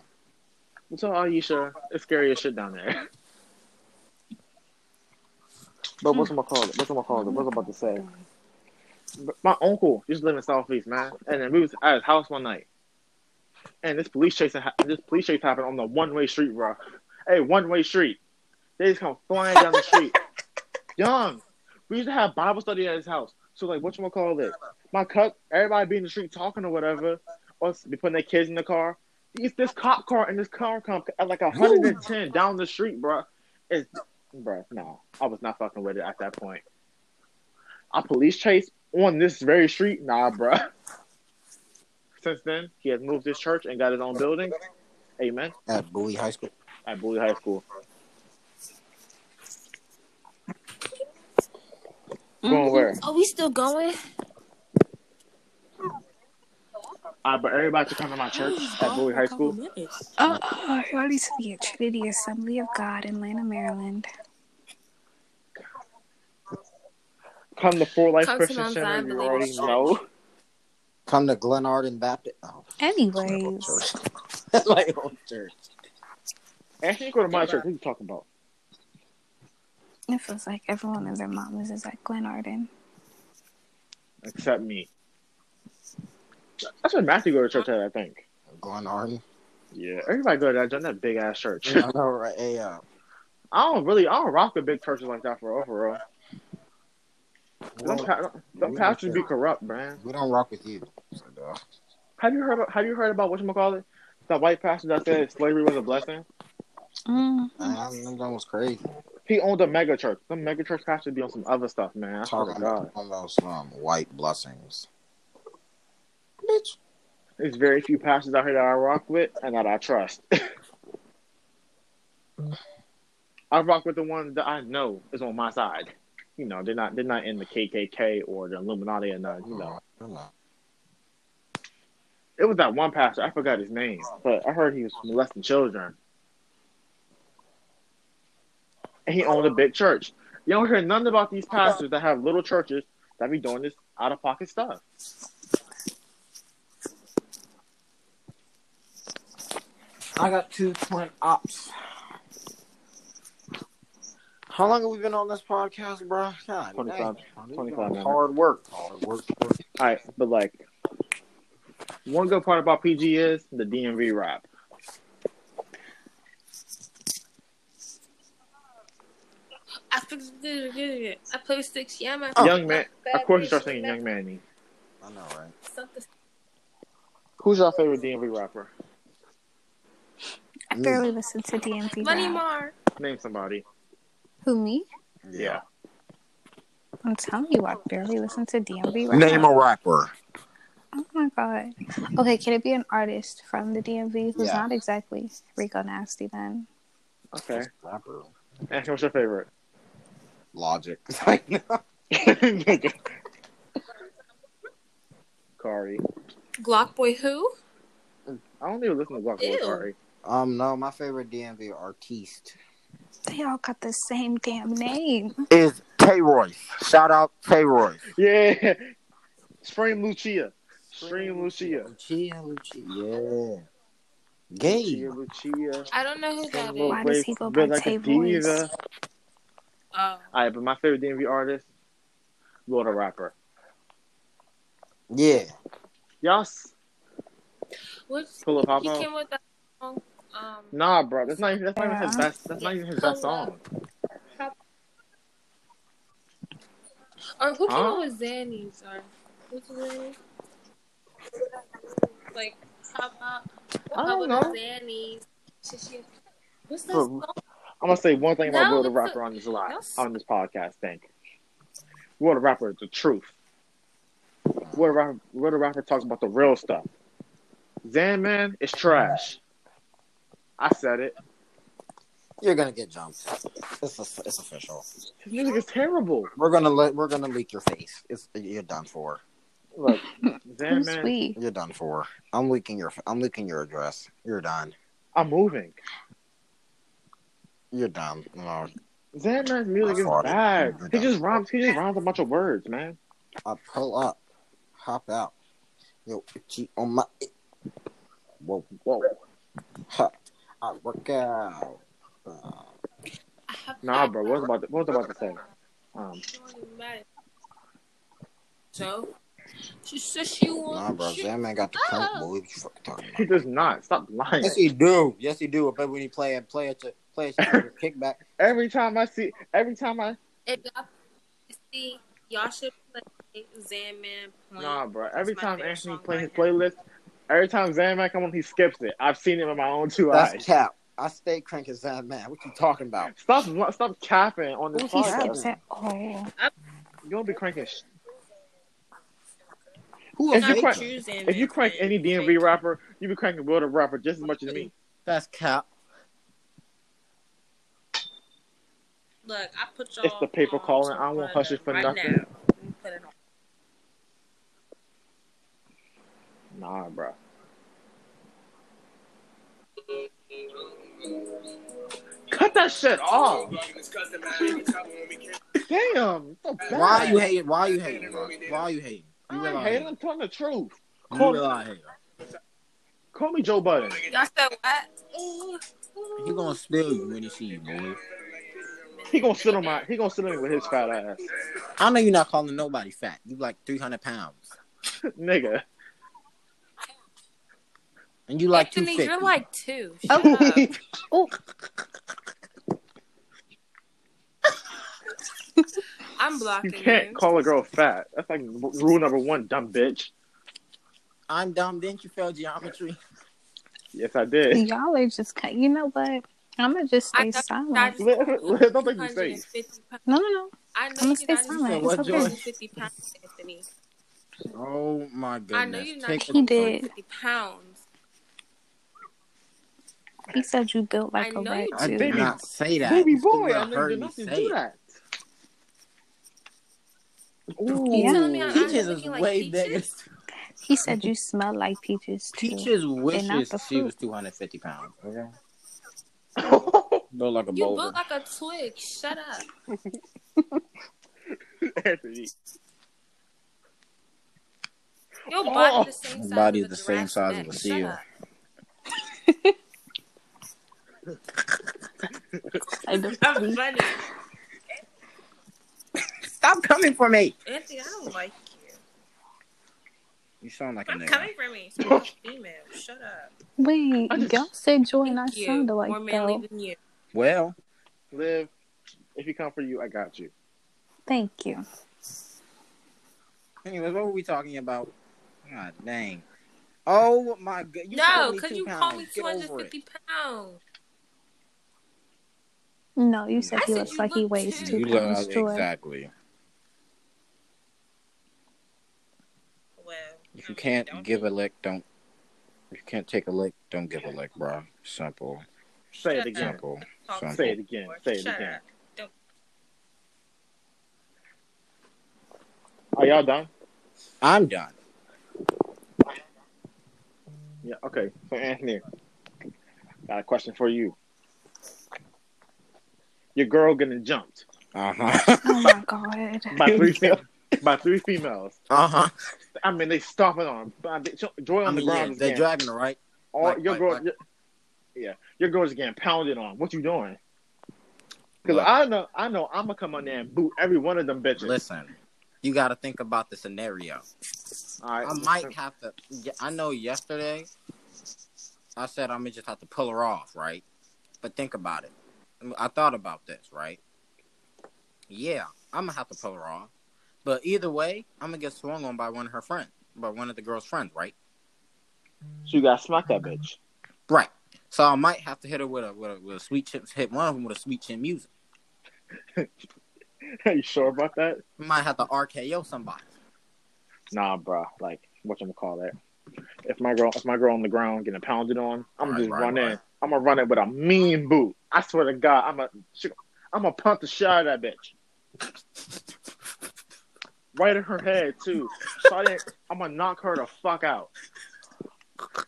Speaker 1: So Aisha, it's scary as shit down there. But what's my call it? What's my call it? What's I about to say? But my uncle used to live in Southeast, man, and then we was at his house one night, and this police chase ha- this police chase happened on the one way street, bro. Hey, one way street. They just come flying down the street. Young, we used to have Bible study at his house. So like, what you call it? My cut, everybody be in the street talking or whatever, or be putting their kids in the car. These this cop car and this car come at like 110 down the street, bro. It's, bro, no, I was not fucking with it at that point. A police chase on this very street? Nah, bruh. Since then, he has moved his church and got his own building. Amen.
Speaker 6: At Bowie High School.
Speaker 1: At Bowie High School. Going where?
Speaker 7: Mm-hmm. Are we still going?
Speaker 1: Uh, but everybody should come to my
Speaker 7: <gasps>
Speaker 1: church at Bowie High School.
Speaker 3: Uh, uh, y'all need to be at Trinity Assembly of God in Atlanta, Maryland.
Speaker 1: Come to Four Life
Speaker 7: Come to
Speaker 1: Christian
Speaker 7: Mount
Speaker 1: Center.
Speaker 7: Zion
Speaker 1: You
Speaker 7: Believers
Speaker 1: already
Speaker 7: Church. <laughs>
Speaker 1: know.
Speaker 6: Come to Glenarden Baptist.
Speaker 5: <laughs>
Speaker 6: Oh,
Speaker 3: Anyways,
Speaker 5: like oh, old church.
Speaker 1: Actually, go to my church. What are you talking about?
Speaker 3: it feels like everyone and their mamas is at Glen Arden.
Speaker 1: Except me. That's where Matthew go to church at, I think.
Speaker 5: <laughs>
Speaker 6: Glenarden.
Speaker 1: Yeah, everybody go to that, join that big ass church.
Speaker 6: I know, right? Hey, uh,
Speaker 1: I don't really, I don't rock with big churches like that for overall.
Speaker 6: we
Speaker 1: Them,
Speaker 6: don't-
Speaker 1: pa- them- them pastors be corrupt, man.
Speaker 6: we don't rock with you. So, duh.
Speaker 1: Have you heard? Have you heard about what you call it? That white pastor that said slavery was a blessing.
Speaker 3: Mm.
Speaker 6: Mm-hmm.
Speaker 5: I think that was crazy.
Speaker 1: He owned a mega church. Some mega church pastors be on some other stuff, man. I swear to
Speaker 5: Talking
Speaker 1: God.
Speaker 5: about one of those um, white blessings. Bitch.
Speaker 1: There's very few pastors out here that I rock with and that I trust. <laughs> I rock with the ones that I know is on my side. You know, they're not they're not in the KKK or the Illuminati or nothing. You know,
Speaker 5: You're not.
Speaker 1: it was that one pastor I forgot his name, but I heard he was molesting children. And he owned a big church. You don't hear nothing about these pastors that have little churches that be doing this out of pocket stuff.
Speaker 5: I got two twin ops. How long have we been on this podcast, bro? God,
Speaker 1: 25
Speaker 5: dang, dude,
Speaker 1: 25 minutes.
Speaker 5: Hard work. Hard work. work.
Speaker 1: All right, but like one good part about PG is the DMV rap.
Speaker 4: I fixed it. I play with sticks. Yeah, man.
Speaker 1: Young man, of course you start singing Young Manny.
Speaker 5: I know, right?
Speaker 4: Something-
Speaker 1: Who's your favorite DMV rapper?
Speaker 3: I barely listen to DMV.
Speaker 4: Money
Speaker 3: rap.
Speaker 4: Mar.
Speaker 1: Name somebody.
Speaker 3: Who me?
Speaker 1: Yeah.
Speaker 3: I'm telling you, I barely listen to DMV. Right
Speaker 5: Name
Speaker 3: now.
Speaker 5: a rapper.
Speaker 3: Oh my god. Okay, can it be an artist from the DMV who's
Speaker 5: Yeah.
Speaker 3: not exactly Rico Nasty? Then
Speaker 1: Okay.
Speaker 5: Rapper.
Speaker 1: And what's your favorite?
Speaker 5: <laughs> Logic.
Speaker 1: Kari.
Speaker 4: Glock Boy who?
Speaker 5: <laughs>
Speaker 1: I don't even listen to Glock Boy
Speaker 4: Ew.
Speaker 1: Kari.
Speaker 5: um, no, my favorite DMV artiste
Speaker 3: they all got the same damn name.
Speaker 5: is Tay Royce. Shout out Tay Royce.
Speaker 1: Yeah. <laughs> Stream Lucia. Stream Lucia.
Speaker 5: Lucia, Lucia. Yeah.
Speaker 1: Lucia,
Speaker 5: Gabe.
Speaker 1: Lucia.
Speaker 4: I don't know who that
Speaker 1: Little
Speaker 3: Why
Speaker 4: is.
Speaker 3: does
Speaker 1: waist,
Speaker 3: he go
Speaker 1: built
Speaker 3: by
Speaker 1: like a
Speaker 3: Tay Royce?
Speaker 1: diva.
Speaker 4: Oh.
Speaker 1: All right, but my favorite DMV artist, Lord the Rapper.
Speaker 5: Yeah.
Speaker 1: Yes.
Speaker 4: Which
Speaker 1: Pull up,
Speaker 4: he
Speaker 1: Papa.
Speaker 4: came with that song. Um,
Speaker 1: Nah, bro, that's not even that's not even his
Speaker 3: Yeah.
Speaker 1: best. That's not even his best song.
Speaker 4: or who came
Speaker 1: Huh?
Speaker 4: out with Zannies? Or who's Zannies? Like, how about
Speaker 1: I
Speaker 4: how
Speaker 1: don't
Speaker 4: about
Speaker 1: know.
Speaker 4: Zannies? She- she- What's that
Speaker 1: Bro,
Speaker 4: song?
Speaker 1: I'm gonna say one thing about
Speaker 4: No,
Speaker 1: Will the
Speaker 4: that's
Speaker 1: Rapper on this live
Speaker 4: that's-
Speaker 1: on this podcast. Thank you. Will the Rapper is the truth. Will the Rapper, Will the Rapper talks about the real stuff. Zan Man is trash. I said it.
Speaker 5: You're gonna get jumped. It's it's official.
Speaker 1: His music is terrible.
Speaker 5: We're gonna let we're gonna leak your face. It's you're done for.
Speaker 3: <laughs>
Speaker 1: Look, Zan
Speaker 3: Who's
Speaker 1: Man,
Speaker 3: we?
Speaker 5: You're done for. I'm leaking your I'm leaking your address. You're done.
Speaker 1: I'm moving.
Speaker 5: You're done. No,
Speaker 1: Zan Man's music is
Speaker 5: Sorry.
Speaker 1: bad.
Speaker 5: You're
Speaker 1: He
Speaker 5: done.
Speaker 1: just rhymes. He just rhymes a bunch of words, man.
Speaker 5: I pull up, hop out. Yo, itchy on my. Whoa,
Speaker 1: <laughs> Whoa.
Speaker 5: ha. I work out. Uh,
Speaker 4: I have
Speaker 1: Nah, bro. What was about to, what was about to say? Um,
Speaker 4: So she said she
Speaker 5: nah,
Speaker 4: wants.
Speaker 5: bro.
Speaker 4: she-
Speaker 5: That man got the punk
Speaker 3: Oh.
Speaker 5: boy. What you fucking talking
Speaker 1: he
Speaker 5: about?
Speaker 1: does not. Stop lying.
Speaker 5: Yes, he do. Yes, he do. But when he play and play at your play at your kickback,
Speaker 1: Every time I see, every time I
Speaker 4: If y'all see, y'all should play Zanman. Point.
Speaker 1: Nah, bro. Every
Speaker 4: my
Speaker 1: time
Speaker 4: favorite
Speaker 1: Anthony
Speaker 4: song
Speaker 1: plays
Speaker 4: by
Speaker 1: his
Speaker 4: him.
Speaker 1: playlist, every time Zanman come on, he skips it. I've seen it with my own two
Speaker 5: that's
Speaker 1: eyes.
Speaker 5: cap. I stay cranking that man. What you talking about?
Speaker 1: Stop, li- stop capping on this
Speaker 3: Oh, he
Speaker 1: podcast.
Speaker 3: skips it. Oh,
Speaker 1: You don't be cranking. sh-
Speaker 5: Who
Speaker 1: If
Speaker 5: is
Speaker 1: you
Speaker 4: Not
Speaker 1: crank-
Speaker 5: making?
Speaker 4: true Zanman.
Speaker 1: If you crank
Speaker 4: point.
Speaker 1: any DMV rapper, you be cranking Will the rapper just as much as me.
Speaker 8: That's cap.
Speaker 4: Look, I put y'all.
Speaker 1: It's the paper
Speaker 4: on
Speaker 1: calling.
Speaker 4: to
Speaker 1: I won't
Speaker 4: one
Speaker 1: hush it for
Speaker 4: right
Speaker 1: nothing.
Speaker 4: Now. Let me put it on.
Speaker 1: Nah, bro. Cut that shit off. Damn. So bad.
Speaker 8: Why you hating? Why you hating, bro? Why you hating? You
Speaker 1: I
Speaker 8: really
Speaker 1: ain't
Speaker 8: hate
Speaker 1: hating.
Speaker 8: him.
Speaker 1: I'm telling the truth.
Speaker 8: You really hate him.
Speaker 1: Call me Joe Budden.
Speaker 4: Y'all said what?
Speaker 8: He gonna spill you when he see you, boy.
Speaker 1: He gonna sit on my. He gonna sit on me with his fat ass,
Speaker 8: I know you're not calling nobody fat. You like 300 pounds,
Speaker 1: nigga.
Speaker 8: and you like
Speaker 4: Anthony,
Speaker 8: 250.
Speaker 4: you're like two. Shut up.
Speaker 1: <laughs>
Speaker 4: I'm
Speaker 1: you
Speaker 4: blocking you.
Speaker 1: can't call a girl fat. That's like r- rule number one, dumb bitch.
Speaker 8: I'm dumb. Didn't you fail geometry?
Speaker 1: Yes, I
Speaker 5: <laughs>
Speaker 1: did. <laughs>
Speaker 3: Y'all are just cut. You know what? I'm gonna just stay
Speaker 4: I know-
Speaker 3: silent.
Speaker 4: I just-
Speaker 1: Don't think you say.
Speaker 4: 250 pounds.
Speaker 3: No, no, no.
Speaker 4: I
Speaker 3: I'm
Speaker 4: know
Speaker 3: gonna
Speaker 4: you're
Speaker 3: stay
Speaker 4: not
Speaker 3: silent. It's
Speaker 5: what,
Speaker 3: okay.
Speaker 5: Joy?
Speaker 4: 250 pounds, Anthony.
Speaker 5: Oh my goodness!
Speaker 4: I know you're not
Speaker 5: Take
Speaker 3: He
Speaker 5: a-
Speaker 3: did.
Speaker 4: 250 pounds.
Speaker 3: He said you built like
Speaker 4: I
Speaker 3: a
Speaker 4: know
Speaker 3: rat
Speaker 4: you
Speaker 5: I
Speaker 1: did.
Speaker 3: too.
Speaker 5: did not say that.
Speaker 1: Baby
Speaker 5: You
Speaker 1: boy,
Speaker 5: would've
Speaker 1: I know
Speaker 5: heard
Speaker 1: you
Speaker 5: me
Speaker 1: not to
Speaker 5: say
Speaker 1: do
Speaker 5: it.
Speaker 1: that.
Speaker 3: Yeah.
Speaker 4: Tell me
Speaker 1: Ooh.
Speaker 4: I'm
Speaker 5: Peaches
Speaker 4: looking
Speaker 5: is
Speaker 4: like
Speaker 5: way
Speaker 4: peaches?
Speaker 5: bigger.
Speaker 3: He said you smell like peaches too.
Speaker 5: Peaches
Speaker 3: not
Speaker 5: wishes
Speaker 3: the
Speaker 5: she
Speaker 3: fruit.
Speaker 5: was 250 pounds. Okay,
Speaker 1: <laughs> Anthony,
Speaker 5: look like a
Speaker 4: You
Speaker 5: boulder.
Speaker 4: look like a twig. Shut up. Your body the same
Speaker 5: His
Speaker 4: size.
Speaker 5: Oh, body is
Speaker 4: as a
Speaker 5: the same
Speaker 4: giraffe's
Speaker 5: size
Speaker 4: neck.
Speaker 5: as a
Speaker 4: Shut
Speaker 5: seal.
Speaker 4: up.
Speaker 3: I don't
Speaker 4: I'm funny.
Speaker 5: Stop coming for me.
Speaker 4: Anthony, I don't like you.
Speaker 5: You sound like a
Speaker 4: I'm
Speaker 5: nigga.
Speaker 4: coming for me. You're female. Shut up.
Speaker 3: Wait,
Speaker 1: I just-
Speaker 3: y'all said Joy and I
Speaker 4: Thank you.
Speaker 3: sounded like
Speaker 4: More manly
Speaker 3: though.
Speaker 4: than you.
Speaker 5: Well,
Speaker 1: Liv, if you come for you, I got you.
Speaker 3: Thank you.
Speaker 5: anyways, what were we talking about? God dang. Oh my god. You
Speaker 4: no,
Speaker 5: called me
Speaker 4: because
Speaker 5: two
Speaker 4: you
Speaker 5: pounds.
Speaker 4: called me
Speaker 5: Get over it.
Speaker 4: 250 pounds.
Speaker 3: No, you said
Speaker 4: I
Speaker 3: he
Speaker 4: said
Speaker 3: looks
Speaker 4: you
Speaker 3: like he
Speaker 4: look
Speaker 3: weighs
Speaker 4: too.
Speaker 3: two
Speaker 5: You
Speaker 3: pounds.
Speaker 5: love
Speaker 3: Joy,
Speaker 5: exactly.
Speaker 4: Well,
Speaker 5: If
Speaker 4: I mean,
Speaker 5: you can't
Speaker 4: don't-
Speaker 5: give a lick, don't. If you can't take a lick, don't give a lick, bro. Simple,
Speaker 1: Say it
Speaker 4: Shut
Speaker 1: again.
Speaker 5: simple,
Speaker 4: talk
Speaker 5: simple.
Speaker 1: Say it again. Say it
Speaker 4: Shut
Speaker 1: again.
Speaker 4: up. Don't-
Speaker 1: Are y'all done?
Speaker 5: I'm done.
Speaker 1: Yeah. Okay. So Anthony, got a question for you. Your girl getting jumped
Speaker 5: Uh <laughs> huh.
Speaker 3: oh my god.
Speaker 1: by three fem- by three females.
Speaker 5: Uh huh.
Speaker 1: I mean, they stomping on her. I mean, Joy
Speaker 5: I
Speaker 1: on
Speaker 5: mean,
Speaker 1: the
Speaker 5: yeah,
Speaker 1: ground. is
Speaker 5: they're
Speaker 1: getting-
Speaker 5: dragging her, right?
Speaker 1: all,
Speaker 5: like-
Speaker 1: your
Speaker 5: like-
Speaker 1: girl,
Speaker 5: like-
Speaker 1: your- yeah, your girl's getting pounded on. What you doing? Because
Speaker 5: Look.
Speaker 1: I know, I know, I'm gonna come on there and boot every one of them bitches.
Speaker 5: Listen, you got to think about the scenario.
Speaker 1: all right,
Speaker 5: I might have to. yeah, I know yesterday I said I'm gonna just have to pull her off, right? But think about it. I thought about this, right? Yeah, I'm gonna have to pull her off. But either way, I'm gonna get swung on by one of her friends, by one of the girl's friends, right?
Speaker 1: So you gotta smack that bitch. <laughs>
Speaker 5: Right. So I might have to hit her with a with a, with a sweet chip. Hit one of them with a sweet chip music.
Speaker 1: Are you sure about that?
Speaker 5: Might have to RKO somebody.
Speaker 1: Nah, bruh. Like, what you gonna call that? If my girl, if my girl on the ground getting pounded on, I'm gonna
Speaker 5: Right,
Speaker 1: just
Speaker 5: right,
Speaker 1: run in.
Speaker 5: right.
Speaker 1: I'm gonna run in with a mean boot. I swear to God, I'm a, she- I'm gonna punt the shit out of that bitch. Right in her head too. So I didn't, I'm gonna knock her the fuck out.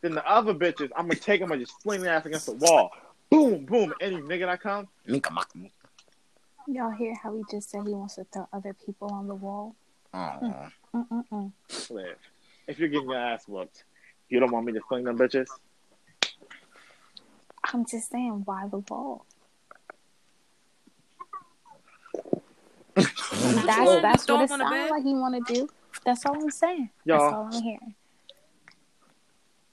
Speaker 1: Then the other bitches, I'm gonna take them and just fling their ass against the wall. Boom, boom. Any nigga that come,
Speaker 5: Minka maka minka.
Speaker 3: Y'all hear how he just said he wants to throw other people on the wall?
Speaker 1: Hmm.
Speaker 5: Aw.
Speaker 3: Mm-mm-mm.
Speaker 1: live. If you're getting your ass whooped, you don't want me to fling them bitches.
Speaker 3: I'm just saying, why the wall? That's
Speaker 4: wanna
Speaker 3: that's
Speaker 4: throw
Speaker 3: what it
Speaker 4: him on the
Speaker 3: sounds
Speaker 4: bed?
Speaker 3: like you want to do. That's all I'm saying.
Speaker 1: Y'all.
Speaker 3: That's all I'm hearing.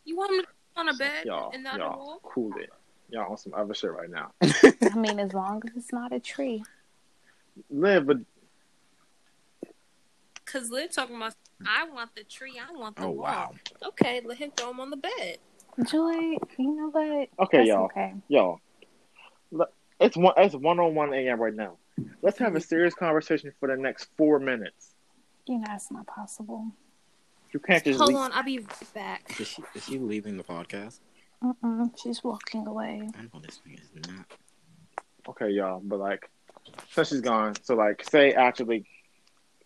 Speaker 4: You want me to put on a bed
Speaker 1: Y'all,
Speaker 4: in the other
Speaker 1: y'all,
Speaker 4: wall?
Speaker 1: cool it. Y'all on some other shit right now.
Speaker 3: I mean, as long as it's not a tree.
Speaker 1: Live, but
Speaker 4: Because Liv talking about, I want the tree, I want the
Speaker 5: Oh
Speaker 4: wall.
Speaker 5: wow.
Speaker 4: Okay, let him throw him on the bed.
Speaker 3: Joy, you know what?
Speaker 1: Okay,
Speaker 3: That's
Speaker 1: y'all.
Speaker 3: Okay.
Speaker 1: y'all, le- it's one. It's one on one a.m. right now. Let's have a serious conversation for the next four minutes.
Speaker 3: You know that's not possible.
Speaker 1: You can't just
Speaker 4: Hold
Speaker 1: leave.
Speaker 4: on, I'll be back.
Speaker 5: Is she is she leaving the podcast?
Speaker 3: Mm-mm, she's walking away.
Speaker 5: I know this thing is not.
Speaker 1: Okay, y'all, but like, since she's gone, so like, say actually,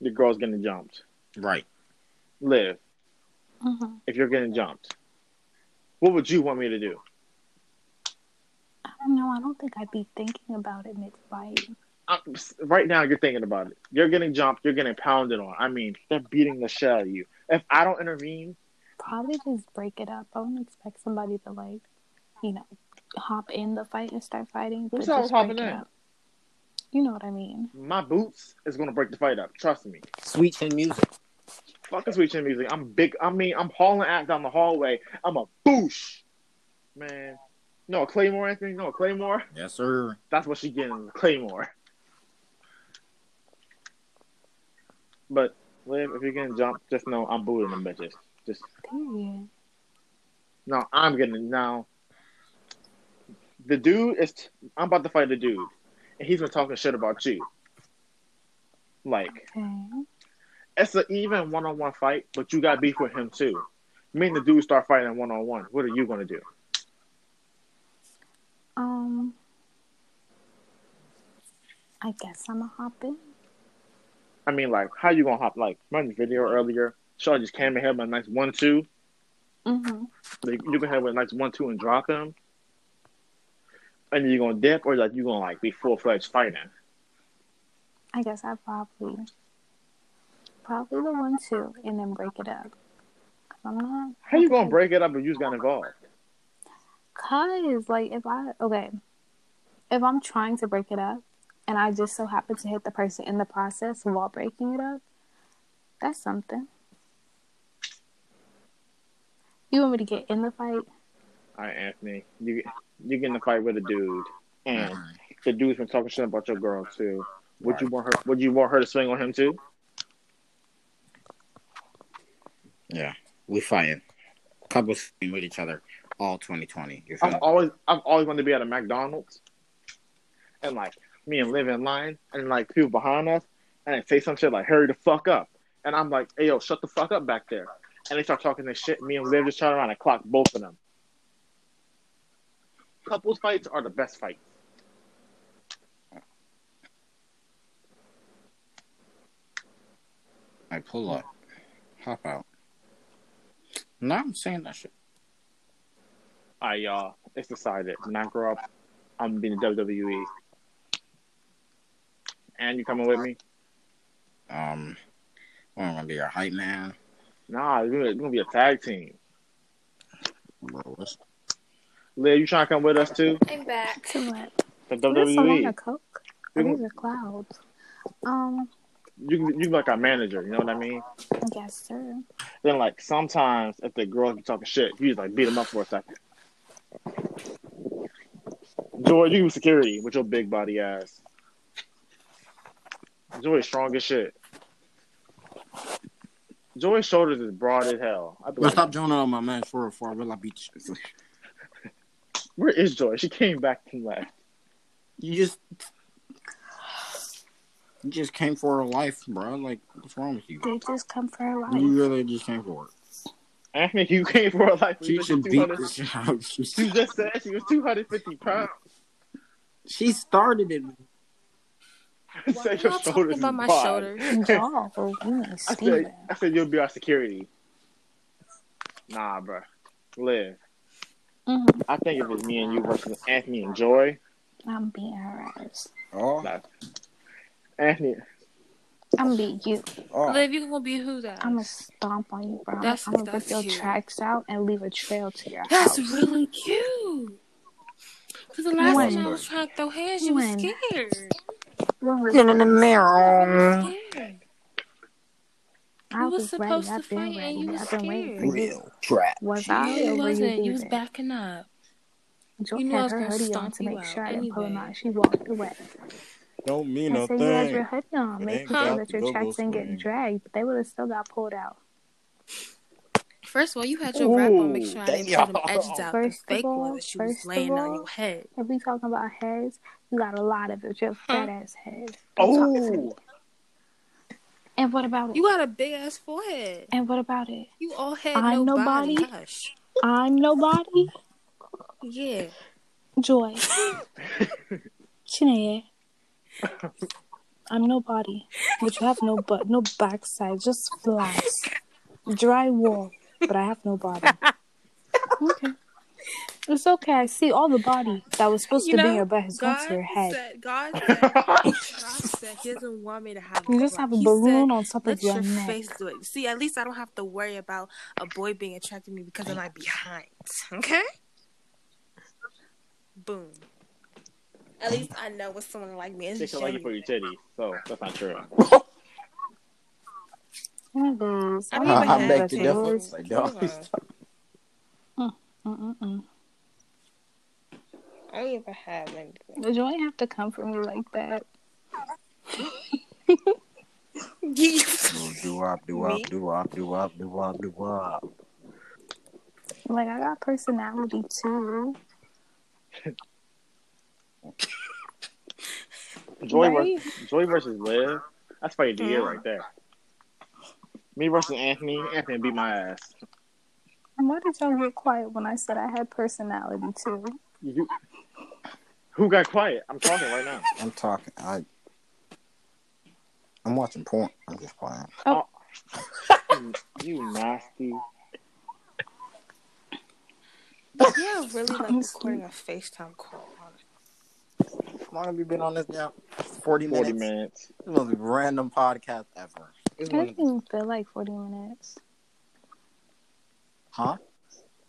Speaker 1: your girl's getting jumped.
Speaker 5: Right.
Speaker 1: Live.
Speaker 3: Mm-hmm.
Speaker 1: if you're getting jumped, what would you want me to do?
Speaker 3: I don't know. I don't think I'd be thinking about it mid-fight.
Speaker 1: I'm, right now, you're thinking about it. You're getting jumped. You're getting pounded on. I mean, they're beating the shit out of you. If I don't intervene,
Speaker 3: Probably just break it up. I wouldn't expect somebody to like, you know, hop in the fight and start fighting.
Speaker 1: Who's
Speaker 3: but
Speaker 1: all
Speaker 3: just
Speaker 1: hopping
Speaker 3: break it
Speaker 1: in?
Speaker 3: up. You know what I mean?
Speaker 1: my boots is gonna break the fight up. Trust me.
Speaker 5: Sweet chin music.
Speaker 1: Fucking sweet chin music. I'm big. I mean, I'm hauling ass down the hallway. I'm a boosh, man. No, a Claymore, Anthony. No, a Claymore.
Speaker 5: Yes, sir.
Speaker 1: That's what she getting. is a Claymore. But Liv, if you're getting jumped, just know I'm booting them bitches. Just
Speaker 3: Period.
Speaker 1: No, I'm getting now. the dude is. T- I'm about to fight the dude, and he's been talking shit about you. Like
Speaker 3: Okay.
Speaker 1: it's an even one on one fight, but you got beef with him too. Me and the dude start fighting one on one. What are you gonna do?
Speaker 3: Um, I guess I'm a hop in.
Speaker 1: I mean, like, how you gonna hop? Like, run the video earlier. Shaw just came and had my nice one two.
Speaker 3: Mm-hmm.
Speaker 1: Like, you can have a nice one two and drop him, and then you gonna dip, or like you gonna like be full fledged fighting.
Speaker 3: I guess I probably, probably the one two, and then break it up. Uh, Cause I'm not.
Speaker 1: How you gonna break it up if you just got involved?
Speaker 3: Cause like if I okay, if I'm trying to break it up, and I just so happen to hit the person in the process while breaking it up, that's something. You want me to get in the fight?
Speaker 1: All right, Anthony, you you get in a fight with a dude,
Speaker 8: Mm.
Speaker 1: and the dude's been talking shit about your girl too. Would you want her? Would you want her to swing on him too?
Speaker 8: Yeah, we fighting. Couples fighting with each other all 2020. You feel
Speaker 1: I've
Speaker 8: me?
Speaker 1: always I've always wanted to be at a McDonald's, and like me and live in line, and like people behind us, and they say some shit like "hurry the fuck up," and I'm like, "Hey yo, shut the fuck up back there," and they start talking this shit. Me and Liv just turn around and clock both of them. Couples fights are the best fights.
Speaker 8: I pull up, hop out. No, I'm saying that shit.
Speaker 1: I y'all, it's decided. When I grow up, I'm being WWE. E. And you coming with me?
Speaker 8: Um, well, I'm gonna be your hype man,
Speaker 1: Nah, you're gonna, you're gonna be a tag team.
Speaker 8: bro. What's
Speaker 1: Liv, you trying to come with us too?
Speaker 4: I'm back.
Speaker 3: To what?
Speaker 1: The E.
Speaker 3: There's a lot
Speaker 1: WWE.
Speaker 3: of coke.
Speaker 1: We
Speaker 3: I
Speaker 1: gon-
Speaker 3: need a cloud. Um,
Speaker 1: You can- you can be like our manager. You know what I mean?
Speaker 3: yes, sir.
Speaker 1: Then like sometimes if the girls be talking shit, you just like beat them up for a second. Joy, you be security with your big body ass. Joy's strong as shit. Joy's shoulders is broad as hell. I be
Speaker 8: Yo,
Speaker 1: like,
Speaker 8: stop joining on my man for for real. I beat you.
Speaker 1: Where is Joy? She came back and left.
Speaker 8: You just, you just came for her life, bro. Like, what's wrong with you?
Speaker 3: They just come for a
Speaker 8: You
Speaker 3: ride.
Speaker 8: really just came for it.
Speaker 1: Anthony, you came for a life.
Speaker 8: She
Speaker 1: You
Speaker 8: should
Speaker 1: said
Speaker 8: beat
Speaker 1: 200
Speaker 8: this shit out. of you.
Speaker 1: You just said she was 250 pounds. <laughs>
Speaker 8: She started it.
Speaker 1: I
Speaker 4: Why
Speaker 1: said
Speaker 4: y'all
Speaker 1: your
Speaker 4: talking
Speaker 1: shoulders is
Speaker 4: about my
Speaker 1: broad.
Speaker 4: shoulders?
Speaker 3: Y'all, you need
Speaker 1: I said,
Speaker 3: Steven.
Speaker 1: I said you'll be our security. Nah, bruh. Live.
Speaker 3: Mhm.
Speaker 1: I think if it's me and you versus Anthony and Joy,
Speaker 3: I'm beating her ass.
Speaker 5: Oh,
Speaker 1: nah. Anthony,
Speaker 3: I'm beat you.
Speaker 5: oh.
Speaker 4: Liv, you gonna be who that?
Speaker 3: I'm gonna stomp on you, bro.
Speaker 4: That's-
Speaker 3: I'm gonna rip
Speaker 4: that's
Speaker 3: your
Speaker 4: you.
Speaker 3: tracks out and leave a trail to your
Speaker 4: That's
Speaker 3: house.
Speaker 4: really cute. Cause the last
Speaker 3: When?
Speaker 4: time I was trying to throw hands, you were
Speaker 3: When?
Speaker 4: scared.
Speaker 8: Get in the mirror.
Speaker 4: Scared.
Speaker 3: I
Speaker 4: was
Speaker 3: was ready.
Speaker 4: supposed to
Speaker 3: I've been
Speaker 4: fight and
Speaker 3: ready.
Speaker 4: you was
Speaker 3: I've been waiting.
Speaker 4: scared.
Speaker 3: for you.
Speaker 5: Real trap.
Speaker 3: Was
Speaker 4: No,
Speaker 3: I?
Speaker 4: you
Speaker 3: or were
Speaker 4: wasn't. You was
Speaker 3: leaving?
Speaker 4: backing up.
Speaker 3: Joy
Speaker 4: You knew I
Speaker 3: had
Speaker 4: was
Speaker 3: her
Speaker 4: gonna
Speaker 3: hoodie on
Speaker 4: stomp
Speaker 3: to
Speaker 4: you
Speaker 3: make
Speaker 4: out
Speaker 3: sure I didn't pull him
Speaker 4: anyway.
Speaker 3: out. She walked away.
Speaker 7: Don't mean
Speaker 3: I
Speaker 7: a
Speaker 3: said you had your
Speaker 7: thing.
Speaker 3: hoodie on.
Speaker 7: It
Speaker 3: Make
Speaker 7: ain't
Speaker 4: Huh?
Speaker 3: sure
Speaker 7: got
Speaker 3: that
Speaker 7: to
Speaker 3: your
Speaker 7: go
Speaker 3: tracks didn't
Speaker 7: swing.
Speaker 3: get dragged, but they would have still got pulled out.
Speaker 4: First of all, you had your wrap on. Make
Speaker 1: Ooh,
Speaker 4: sure I didn't pull them edges out.
Speaker 3: First of
Speaker 4: the fake
Speaker 3: all-
Speaker 4: one that you was
Speaker 3: first of
Speaker 4: laying on
Speaker 3: all-
Speaker 4: your head.
Speaker 3: If we talking about heads, you got a lot of it. Your fat ass head. Don't talk to me.
Speaker 1: oh,
Speaker 3: And what about it?
Speaker 4: You got a big ass forehead.
Speaker 3: and what about it?
Speaker 4: You all had
Speaker 3: I'm
Speaker 4: no
Speaker 3: nobody.
Speaker 4: body. Hush.
Speaker 3: I'm nobody.
Speaker 4: Yeah. <laughs>
Speaker 3: Joy. Chineye. I'm nobody. But you have no butt, no backside, just flaps. Dry wall, but I have no body. Okay. It's okay. I see all the body that was supposed to
Speaker 4: You know,
Speaker 3: be here, but has gone
Speaker 4: God
Speaker 3: to your head.
Speaker 4: said, God
Speaker 1: <laughs>
Speaker 4: said, God said he doesn't want me to have.
Speaker 3: You just
Speaker 4: bra.
Speaker 3: have a
Speaker 4: He
Speaker 3: balloon
Speaker 4: said,
Speaker 3: on top of
Speaker 4: Let
Speaker 3: your,
Speaker 4: your
Speaker 3: neck.
Speaker 4: face do it. See, at least I don't have to worry about a boy being attracted to me because I'm not behind. <laughs> Okay? Boom. At least I know what someone like me
Speaker 1: they
Speaker 4: is.
Speaker 1: can like you for your titties, so that's not true.
Speaker 3: Oh, guys.
Speaker 4: I
Speaker 3: Oh,
Speaker 4: don't
Speaker 3: you
Speaker 5: I,
Speaker 4: even
Speaker 5: I
Speaker 3: guys
Speaker 4: have
Speaker 5: make
Speaker 3: are
Speaker 5: the
Speaker 4: titties.
Speaker 5: difference.
Speaker 3: yours.
Speaker 5: I don't.
Speaker 3: Mm-mm-mm.
Speaker 4: I don't even have
Speaker 1: <laughs>
Speaker 4: anything.
Speaker 3: Joy have to come for me like that.
Speaker 5: Do up, do up,
Speaker 4: Me?
Speaker 5: do up, do up, do up, do up.
Speaker 3: Like I got personality too.
Speaker 1: Joy,
Speaker 3: Right?
Speaker 1: versus, Joy versus Liv. That's probably the
Speaker 4: Mm-hmm.
Speaker 1: year right there. Me versus Anthony. Anthony beat my ass.
Speaker 3: And why did y'all get quiet when I said I had personality too?
Speaker 1: You, who got quiet? I'm talking right now.
Speaker 5: I'm talking. I. I'm watching porn. I'm just playing.
Speaker 1: You nasty.
Speaker 7: Yeah, really like
Speaker 3: I'm
Speaker 7: recording a FaceTime call. on it.
Speaker 5: How long have you been on this now? Forty minutes.
Speaker 1: Forty minutes.
Speaker 5: This is the most random podcast ever. This
Speaker 3: I
Speaker 5: one-
Speaker 3: didn't even feel like 40 minutes.
Speaker 5: huh?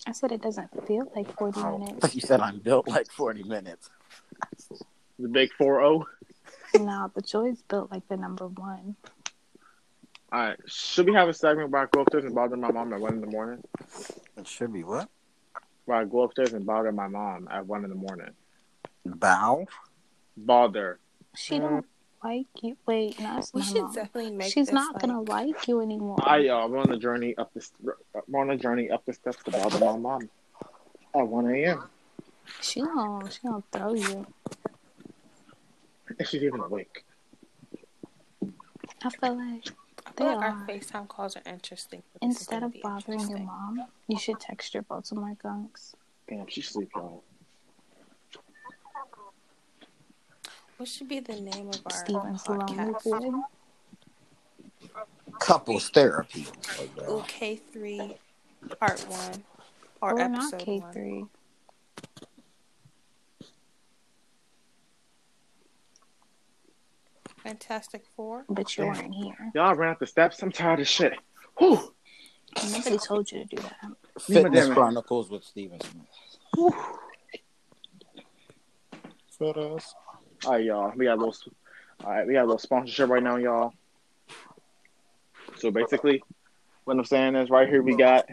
Speaker 3: I said it doesn't feel like 40
Speaker 1: Oh.
Speaker 3: minutes.
Speaker 5: Oh,
Speaker 3: <laughs>
Speaker 5: <laughs> you said I'm built like forty minutes.
Speaker 1: The big four oh. zero.
Speaker 3: nah, but Joy's built like the number one.
Speaker 1: All right. Should we have a segment where I go upstairs and bother my mom at one in the morning?
Speaker 5: It should be what?
Speaker 1: Where I go upstairs and bother my mom at one in the morning.
Speaker 5: Bow.
Speaker 1: Bother.
Speaker 3: She don't like you. Wait, no, it's
Speaker 7: We
Speaker 3: my
Speaker 7: should
Speaker 3: mom.
Speaker 7: definitely make.
Speaker 3: She's
Speaker 7: this,
Speaker 3: not
Speaker 7: like,
Speaker 3: gonna like you anymore.
Speaker 1: I uh, I'm on the journey up the st- I'm on a journey up the steps to bother my mom at one a.m.
Speaker 3: she gonna she gonna throw you.
Speaker 1: If she's even awake.
Speaker 3: I feel like
Speaker 7: I
Speaker 3: they
Speaker 7: feel like
Speaker 3: are.
Speaker 7: our FaceTime calls are interesting. but this is
Speaker 3: instead
Speaker 7: gonna
Speaker 3: of
Speaker 7: be
Speaker 3: bothering your
Speaker 7: interesting.
Speaker 3: mom, you should text your Baltimore gunks.
Speaker 1: Damn, she's sleep y'all.
Speaker 7: what should be the name of
Speaker 4: um,
Speaker 7: our
Speaker 3: Steven's lonely
Speaker 7: podcast?
Speaker 3: boy.
Speaker 5: Couples therapy.
Speaker 7: Ooh, K three, part one, or
Speaker 3: We're not
Speaker 7: episode
Speaker 3: K
Speaker 7: one.
Speaker 3: three.
Speaker 7: Fantastic Four.
Speaker 3: But you
Speaker 1: Damn.
Speaker 3: weren't here.
Speaker 1: Y'all ran up the steps. I'm tired of shit. Whew.
Speaker 3: Nobody told you to do that.
Speaker 5: Fitness
Speaker 1: Damn it.
Speaker 5: Chronicles with Steven Smith. Fit us.
Speaker 1: All right, y'all. We got a little. All right, we got a little sponsorship right now, y'all. So basically, what I'm saying is, right here we got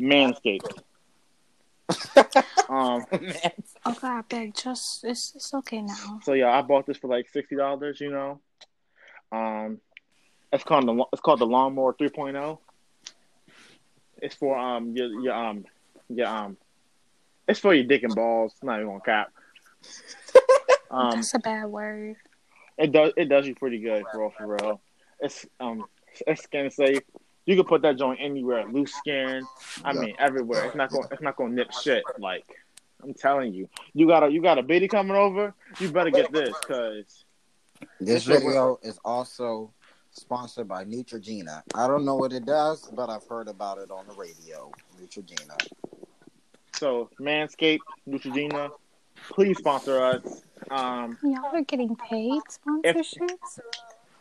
Speaker 1: Manscaped. um.
Speaker 3: Oh God, beg, just it's it's okay now.
Speaker 1: So yeah, I bought this for like sixty dollars. You know. Um, it's called the it's called the Lawnmower 3.0. It's for um your your um your um it's for your dick and balls. It's not even gonna cap. Um,
Speaker 3: That's a bad word.
Speaker 1: It does. It does you pretty good, bro. For real, it's um, it's skin safe. You can put that joint anywhere, loose skin. I mean, everywhere. It's not going. to It's not going to nip shit. Like I'm telling you, you got a you got a baby coming over. You better get this, cause
Speaker 5: This video is also sponsored by Neutrogena. I don't know what it does, but I've heard about it on the radio. Neutrogena.
Speaker 1: so Manscaped, Neutrogena, please sponsor us. Um,
Speaker 3: Y'all are getting paid sponsorships?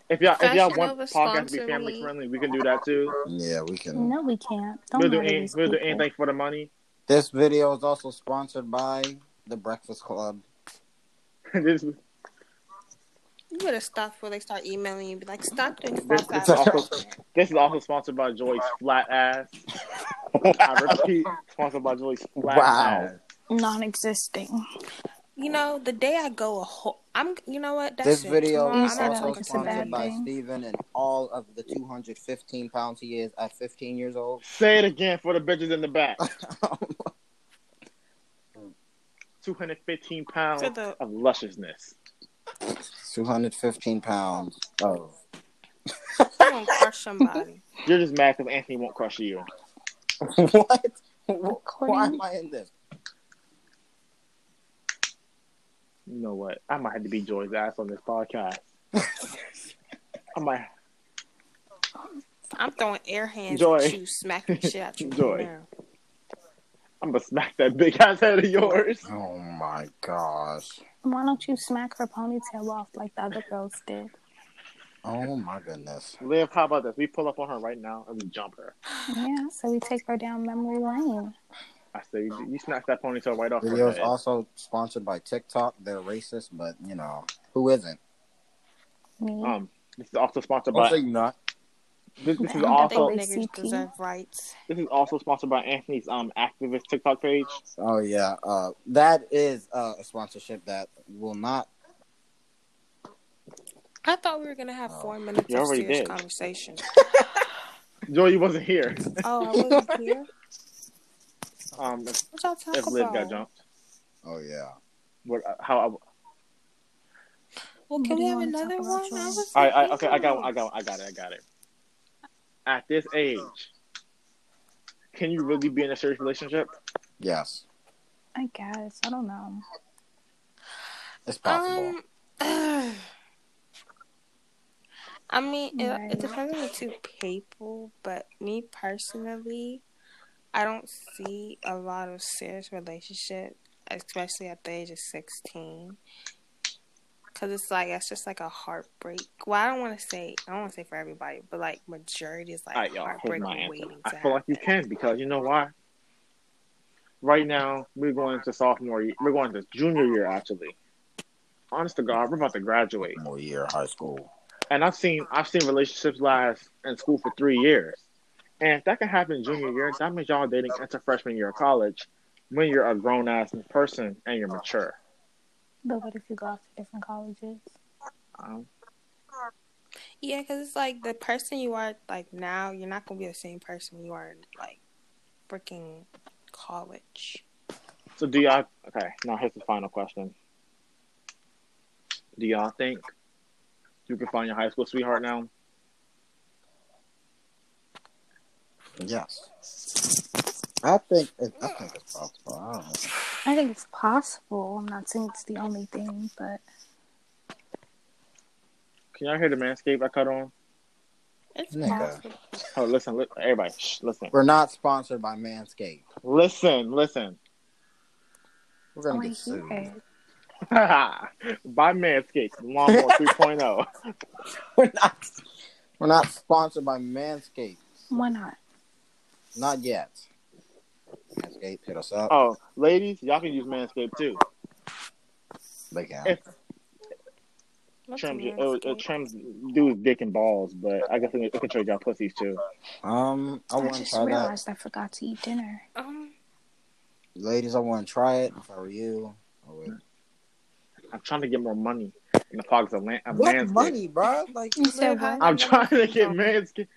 Speaker 1: if y'all if y'all
Speaker 4: Fashion
Speaker 1: want
Speaker 4: Nova
Speaker 1: podcast to be
Speaker 4: sponsor
Speaker 1: family
Speaker 4: me.
Speaker 1: friendly, we can do that too.
Speaker 5: Yeah, we can.
Speaker 3: No, we can't. Don't
Speaker 1: We'll do
Speaker 3: lie to
Speaker 1: any,
Speaker 3: these
Speaker 1: we'll do
Speaker 3: people.
Speaker 1: anything for the money. <laughs>
Speaker 5: This video is also sponsored by The Breakfast Club.
Speaker 1: this
Speaker 7: You better stop before they start emailing you. and Be like, stop doing
Speaker 1: This-
Speaker 7: false
Speaker 1: this
Speaker 7: advertising.
Speaker 1: This is also sponsored by Joy's flat
Speaker 5: <laughs>
Speaker 1: ass. I repeat, sponsored by Joy's flat
Speaker 5: Wow.
Speaker 1: ass.
Speaker 3: Non existing.
Speaker 7: You know, the day I go a whole, I'm. You know what? That's
Speaker 5: This
Speaker 7: it.
Speaker 5: video
Speaker 7: Tomorrow,
Speaker 5: is
Speaker 7: I'm not
Speaker 5: also
Speaker 7: talking
Speaker 3: It's a
Speaker 7: to
Speaker 3: bad
Speaker 5: sponsored by
Speaker 3: thing.
Speaker 5: Steven and all of the 215 pounds he is at 15 years old.
Speaker 1: Say it again for the bitches in the
Speaker 5: <laughs>
Speaker 1: back. 215 pounds
Speaker 7: For the-
Speaker 1: of lusciousness.
Speaker 5: 215 pounds of <laughs>
Speaker 7: I'm gonna crush somebody.
Speaker 1: You're just mad because Anthony won't crush you.
Speaker 5: what? Why
Speaker 3: According
Speaker 5: am I in this?
Speaker 1: You know what? I might have to beat Joy's ass on this podcast. I might.
Speaker 7: I'm throwing air hands
Speaker 1: Joy.
Speaker 7: at you, smacking shit out you.
Speaker 1: Joy.
Speaker 7: Joy.
Speaker 1: I'm gonna smack that big ass head of yours.
Speaker 5: Oh my gosh.
Speaker 3: why don't you smack her ponytail off like the other girls did?
Speaker 5: Oh my goodness.
Speaker 1: Liv, how about this? We pull up on her right now and we jump her.
Speaker 3: Yeah, so we take her down memory lane.
Speaker 1: I say you, you snatch that ponytail right off
Speaker 5: Video
Speaker 1: her
Speaker 5: is
Speaker 1: head.
Speaker 5: also sponsored by TikTok. They're racist, but you know, who isn't?
Speaker 3: Me.
Speaker 1: Um, this is also sponsored
Speaker 5: I'll
Speaker 1: by.
Speaker 5: say not.
Speaker 1: This,
Speaker 4: <laughs>
Speaker 1: this is
Speaker 3: I
Speaker 7: I
Speaker 3: don't
Speaker 1: also
Speaker 7: think
Speaker 3: they
Speaker 7: niggers
Speaker 3: CP.
Speaker 7: deserve rights.
Speaker 1: this is also sponsored by Anthony's um activist TikTok page.
Speaker 5: Oh yeah. Uh, that is uh, a sponsorship that will not.
Speaker 7: I thought we were gonna have four minutes
Speaker 1: Oh. You
Speaker 7: of
Speaker 1: already
Speaker 7: serious
Speaker 1: did.
Speaker 7: conversation.
Speaker 1: Joy, you wasn't here.
Speaker 7: Oh, I wasn't here.
Speaker 1: <laughs> Um, if,
Speaker 7: What y'all
Speaker 1: <laughs>
Speaker 7: talk
Speaker 1: if Liv got
Speaker 7: about?
Speaker 1: jumped,
Speaker 5: Oh yeah.
Speaker 1: what uh, how
Speaker 9: Well, can
Speaker 3: What do
Speaker 9: we
Speaker 3: you
Speaker 9: have
Speaker 3: wanna talk
Speaker 9: another
Speaker 3: about,
Speaker 9: one? I
Speaker 3: Jordan?
Speaker 9: was
Speaker 1: I, I, I
Speaker 9: thinking
Speaker 1: okay I got
Speaker 9: of-
Speaker 1: I got I got it I got it. At this age, can you really be in a serious relationship?
Speaker 5: Yes,
Speaker 3: I guess. I don't know.
Speaker 5: it's possible.
Speaker 4: Um, <sighs> I mean, it,
Speaker 3: Right.
Speaker 4: it depends on the two people, but me personally, I don't see a lot of serious relationship, especially at the age of 16. Because it's like, that's just like a heartbreak. Well, I don't want to say, I don't want to say for everybody, but like, majority is like
Speaker 1: All right, y'all. Here's
Speaker 4: heartbreak
Speaker 1: my answer.
Speaker 4: waiting to
Speaker 1: I feel like you
Speaker 4: happen.
Speaker 1: can because you know why. Right now, we're going to sophomore. year. We're going to junior year actually. Honest to God, we're about to graduate,
Speaker 5: More year of high school.
Speaker 1: and I've seen I've seen relationships last in school for three years, and if that can happen junior year, that means y'all dating into freshman year of college when you're a grown ass person and you're mature.
Speaker 3: But what if you go off to different colleges?
Speaker 1: Um,
Speaker 4: Yeah, because it's like the person you are like now, you're not gonna be the same person you are in like freaking college.
Speaker 1: so do y'all? Okay, now here's the final question. Do y'all think you can find your high school sweetheart now?
Speaker 5: Yes, I think it, I think it's possible. I don't know.
Speaker 3: I think it's possible. I'm not saying it's the only thing, but
Speaker 1: Can y'all hear the manscape I cut on?
Speaker 4: It's
Speaker 5: Nigga.
Speaker 4: possible.
Speaker 1: Oh, listen, li- everybody, shh, listen,
Speaker 5: We're not sponsored by Manscaped.
Speaker 1: listen, listen. <laughs>
Speaker 3: Oh, I
Speaker 5: We're gonna
Speaker 3: want
Speaker 5: get
Speaker 3: to hear
Speaker 5: sued.
Speaker 3: it.
Speaker 1: By Manscaped, Lawnmower oh. 3.0.
Speaker 5: <laughs> We're not. We're not sponsored by Manscaped.
Speaker 3: Why not?
Speaker 5: Not yet. Manscaped hit us up.
Speaker 1: Oh, ladies, y'all can use Manscaped too.
Speaker 5: They can.
Speaker 1: If
Speaker 4: What's
Speaker 1: trims,
Speaker 4: a
Speaker 1: it, it,
Speaker 4: manscape?
Speaker 1: oh, trims dudes dick and balls, but I guess it, it can trade y'all pussies too.
Speaker 5: Um, I
Speaker 3: I
Speaker 5: wouldn't
Speaker 3: just
Speaker 5: try that.
Speaker 3: realized I forgot to eat dinner.
Speaker 4: Um,
Speaker 5: Ladies, I wouldn't try it. If I were you, I would.
Speaker 1: I'm trying to get more money in the pockets of Lan- of
Speaker 5: What
Speaker 1: Manscaped.
Speaker 5: money, bro? Like
Speaker 3: You said what?
Speaker 1: I'm trying to get Manscaped.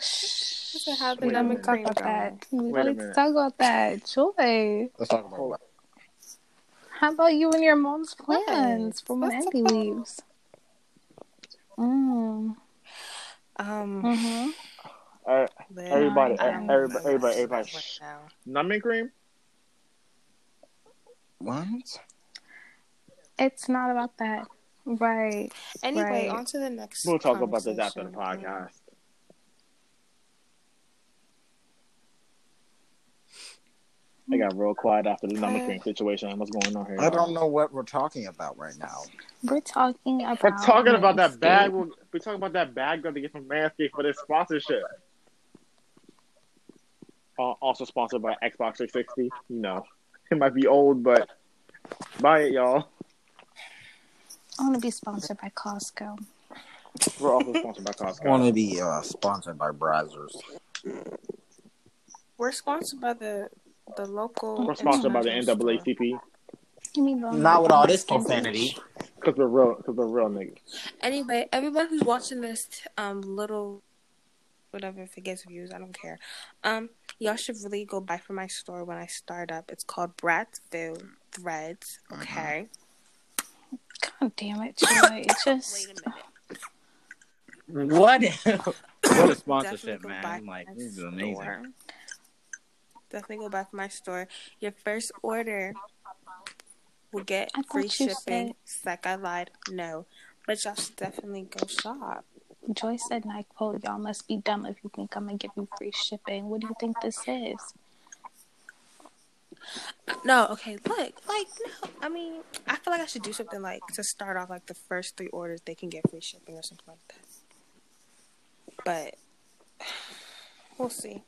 Speaker 3: Shh.
Speaker 4: So how the
Speaker 3: We
Speaker 1: Wait a
Speaker 4: number
Speaker 1: minute.
Speaker 3: don't talk
Speaker 4: cream
Speaker 3: about
Speaker 4: going?
Speaker 3: that. We
Speaker 1: Wait a
Speaker 3: don't
Speaker 1: minute.
Speaker 3: talk about that. Joy.
Speaker 5: let's talk about what.
Speaker 3: How about you and your mom's
Speaker 4: What?
Speaker 3: plans for when
Speaker 4: What's
Speaker 3: Andy
Speaker 4: about-
Speaker 3: leaves? Mm.
Speaker 4: Um,
Speaker 3: Mm-hmm.
Speaker 1: Uh, Everybody,
Speaker 4: I
Speaker 1: everybody,
Speaker 4: don't know
Speaker 1: everybody,
Speaker 4: about
Speaker 1: everybody,
Speaker 4: that
Speaker 1: shh.
Speaker 4: now.
Speaker 1: numbing cream?
Speaker 5: What?
Speaker 3: It's not about that. Right.
Speaker 4: Anyway,
Speaker 3: Right.
Speaker 4: on to the next.
Speaker 1: We'll talk about this after the
Speaker 4: conversation.
Speaker 1: podcast. I got real quiet after the number cream situation. What's going on here?
Speaker 5: I don't
Speaker 1: y'all?
Speaker 5: know what we're talking about right now.
Speaker 3: We're talking about.
Speaker 1: We're talking about that
Speaker 3: Manscaped.
Speaker 1: bag. We're, we're talking about that bag that they get from Manscaped for their sponsorship. Uh, also sponsored by Xbox 360. You know, <laughs> it might be old, but buy it, y'all.
Speaker 3: I want to be sponsored by Costco.
Speaker 1: We're also sponsored by Costco.
Speaker 5: I want to be uh, sponsored by Brazzers.
Speaker 4: We're sponsored by the the local.
Speaker 1: We're sponsored by the
Speaker 4: international store.
Speaker 1: NAACP
Speaker 3: You mean the-
Speaker 5: Not with all this
Speaker 3: Manscaped.
Speaker 5: profanity.
Speaker 1: because we're real. Because we're real niggas.
Speaker 9: Anyway,
Speaker 4: Everyone who's watching this, um, little whatever if it gets views, I don't care. Um, y'all should really go buy from my store when I start up. It's called Bratsville Threads. Okay.
Speaker 3: God damn it, Joy. It
Speaker 9: wait
Speaker 3: just.
Speaker 9: a minute.
Speaker 4: <laughs>
Speaker 10: What? <laughs> what a sponsorship,
Speaker 4: Definitely go
Speaker 10: man!
Speaker 4: buy
Speaker 10: I'm like,
Speaker 4: from my
Speaker 10: this is amazing.
Speaker 4: store. Definitely go buy from my store. Your first order will get
Speaker 3: I thought
Speaker 4: free
Speaker 3: you
Speaker 4: shipping. Sec, I lied. No, but y'all should definitely go shop.
Speaker 3: Joy said NyQuil. Y'all must be dumb if you think I'm going to give you free shipping. What do you think this is?
Speaker 4: No, okay, look, like no. I mean, I feel like I should do something like to start off like the first three orders they can get free shipping or something like that. But <sighs> we'll see.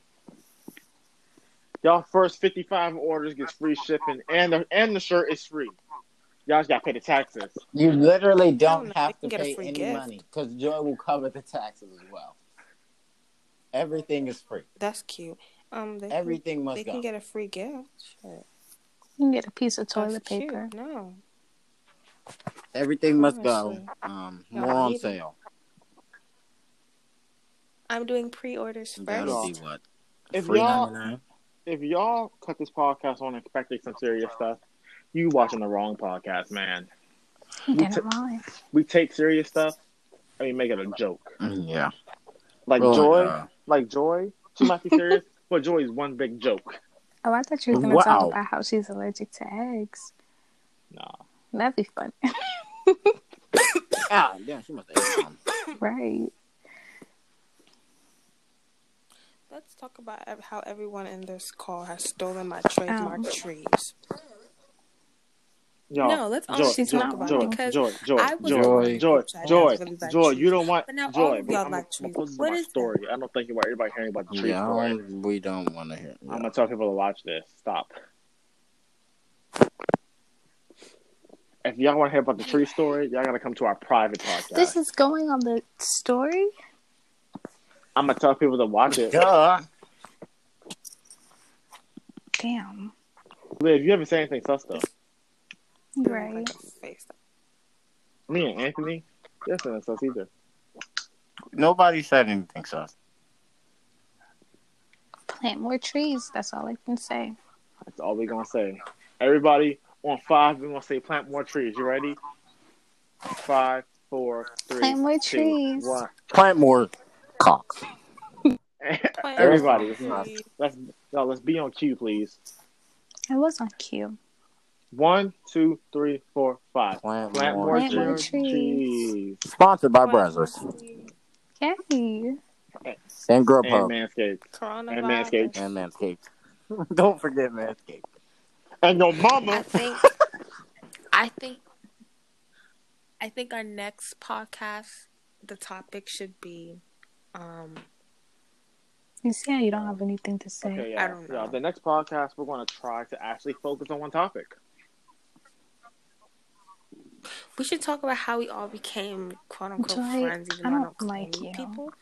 Speaker 1: Y'all first 55 orders gets free shipping, and the and the shirt is free. Y'all just got to pay the taxes.
Speaker 5: You literally
Speaker 4: know.
Speaker 5: don't have to
Speaker 4: You can get a
Speaker 5: pay
Speaker 4: free
Speaker 5: any
Speaker 4: gift.
Speaker 5: money because Joy will cover the taxes as well. Everything is free.
Speaker 4: That's cute. Um, they can,
Speaker 5: Everything
Speaker 4: they
Speaker 5: must
Speaker 4: can
Speaker 5: go.
Speaker 4: get a free gift. Shit.
Speaker 3: You can get a piece of
Speaker 4: That's
Speaker 3: toilet paper. <laughs>
Speaker 4: Cute. No,
Speaker 5: Everything must go.
Speaker 4: Honestly.
Speaker 5: Um,
Speaker 4: Yeah,
Speaker 5: more
Speaker 4: I
Speaker 5: on
Speaker 4: need it.
Speaker 5: sale.
Speaker 4: I'm doing pre-orders
Speaker 10: That'll
Speaker 4: first.
Speaker 10: be what.
Speaker 1: If
Speaker 10: Free
Speaker 1: y'all-
Speaker 10: ninety nine.
Speaker 1: If y'all cut this podcast on expecting some serious stuff, You watching the wrong podcast, man.
Speaker 3: He
Speaker 1: We
Speaker 3: did it wrong.
Speaker 1: We take serious stuff and we make it a joke.
Speaker 5: Mm, Yeah.
Speaker 1: Like
Speaker 5: Really,
Speaker 1: Joy,
Speaker 5: uh,
Speaker 1: like Joy, she might be
Speaker 5: <laughs>
Speaker 1: serious, but Joy is one big joke.
Speaker 3: Oh, I thought you were going to talk
Speaker 5: Wow.
Speaker 3: about how she's allergic to eggs.
Speaker 1: Nah.
Speaker 3: That'd be fun,
Speaker 5: ah, damn, she must have ate something.
Speaker 3: <laughs> right?
Speaker 4: Let's talk about ev- how everyone in this call has stolen my trademark
Speaker 3: Um.
Speaker 4: trees.
Speaker 1: Yo,
Speaker 11: No, let's
Speaker 1: Joy,
Speaker 11: honestly
Speaker 1: Joy,
Speaker 11: talk about
Speaker 1: Joy,
Speaker 11: it because
Speaker 1: Joy, Joy,
Speaker 11: I was
Speaker 1: Joy,
Speaker 12: Joy.
Speaker 1: Joy,
Speaker 4: Joy,
Speaker 1: Joy,
Speaker 4: I really like
Speaker 1: Joy.
Speaker 4: trees.
Speaker 1: You don't want
Speaker 11: But now all
Speaker 1: Joy.
Speaker 11: of y'all like
Speaker 1: I'm gonna
Speaker 11: trees.
Speaker 1: post
Speaker 11: What
Speaker 1: my
Speaker 11: is that?
Speaker 1: story. I don't think you want anybody hearing about the tree story.
Speaker 5: Yeah, we don't want to hear.
Speaker 1: I'm gonna tell people to watch this. Stop. If y'all want to hear about the tree story, y'all gotta come to our private podcast.
Speaker 3: This is going on the story.
Speaker 1: I'm gonna tell people to watch it.
Speaker 12: Duh.
Speaker 3: Damn.
Speaker 1: Liv, you haven't said anything sus though.
Speaker 4: You look
Speaker 3: Right.
Speaker 4: Like a face.
Speaker 1: Me and Anthony, there's nothing sus either.
Speaker 5: Nobody said anything, so
Speaker 3: Plant more trees. That's all I can say.
Speaker 1: That's all we're gonna say. Everybody on five, we're gonna say plant more trees. You ready? Five, four, three,
Speaker 3: Plant more
Speaker 1: two,
Speaker 3: trees.
Speaker 1: one.
Speaker 5: plant more cocks.
Speaker 1: <laughs>
Speaker 4: Plant
Speaker 1: Everybody,
Speaker 4: trees.
Speaker 1: let's no, let's be on cue, please.
Speaker 3: I was on cue.
Speaker 1: One, two, three, four, five.
Speaker 5: Plant,
Speaker 1: Plant
Speaker 5: more,
Speaker 1: more
Speaker 3: Plant more
Speaker 1: trees.
Speaker 5: trees.
Speaker 3: trees.
Speaker 5: Sponsored by
Speaker 4: Plant
Speaker 5: Brazzers
Speaker 4: more trees.
Speaker 3: Yay.
Speaker 5: and
Speaker 1: and
Speaker 5: Grubhub
Speaker 1: Manscaped
Speaker 4: Coronavirus.
Speaker 1: Manscaped.
Speaker 5: and Manscaped. <laughs> don't forget Manscaped.
Speaker 1: and your
Speaker 11: I
Speaker 1: mama.
Speaker 11: think I think
Speaker 4: I think our next podcast, the topic should be, um,
Speaker 3: You see how you don't have anything to say.
Speaker 1: Okay, yeah.
Speaker 4: I don't know.
Speaker 1: yeah. The next podcast, we're going to try to actually focus on one topic.
Speaker 4: we should talk about how we all became quote unquote
Speaker 3: Joy,
Speaker 4: friends, even
Speaker 3: I
Speaker 4: though I
Speaker 3: don't
Speaker 4: don't claim
Speaker 3: like you.
Speaker 4: people.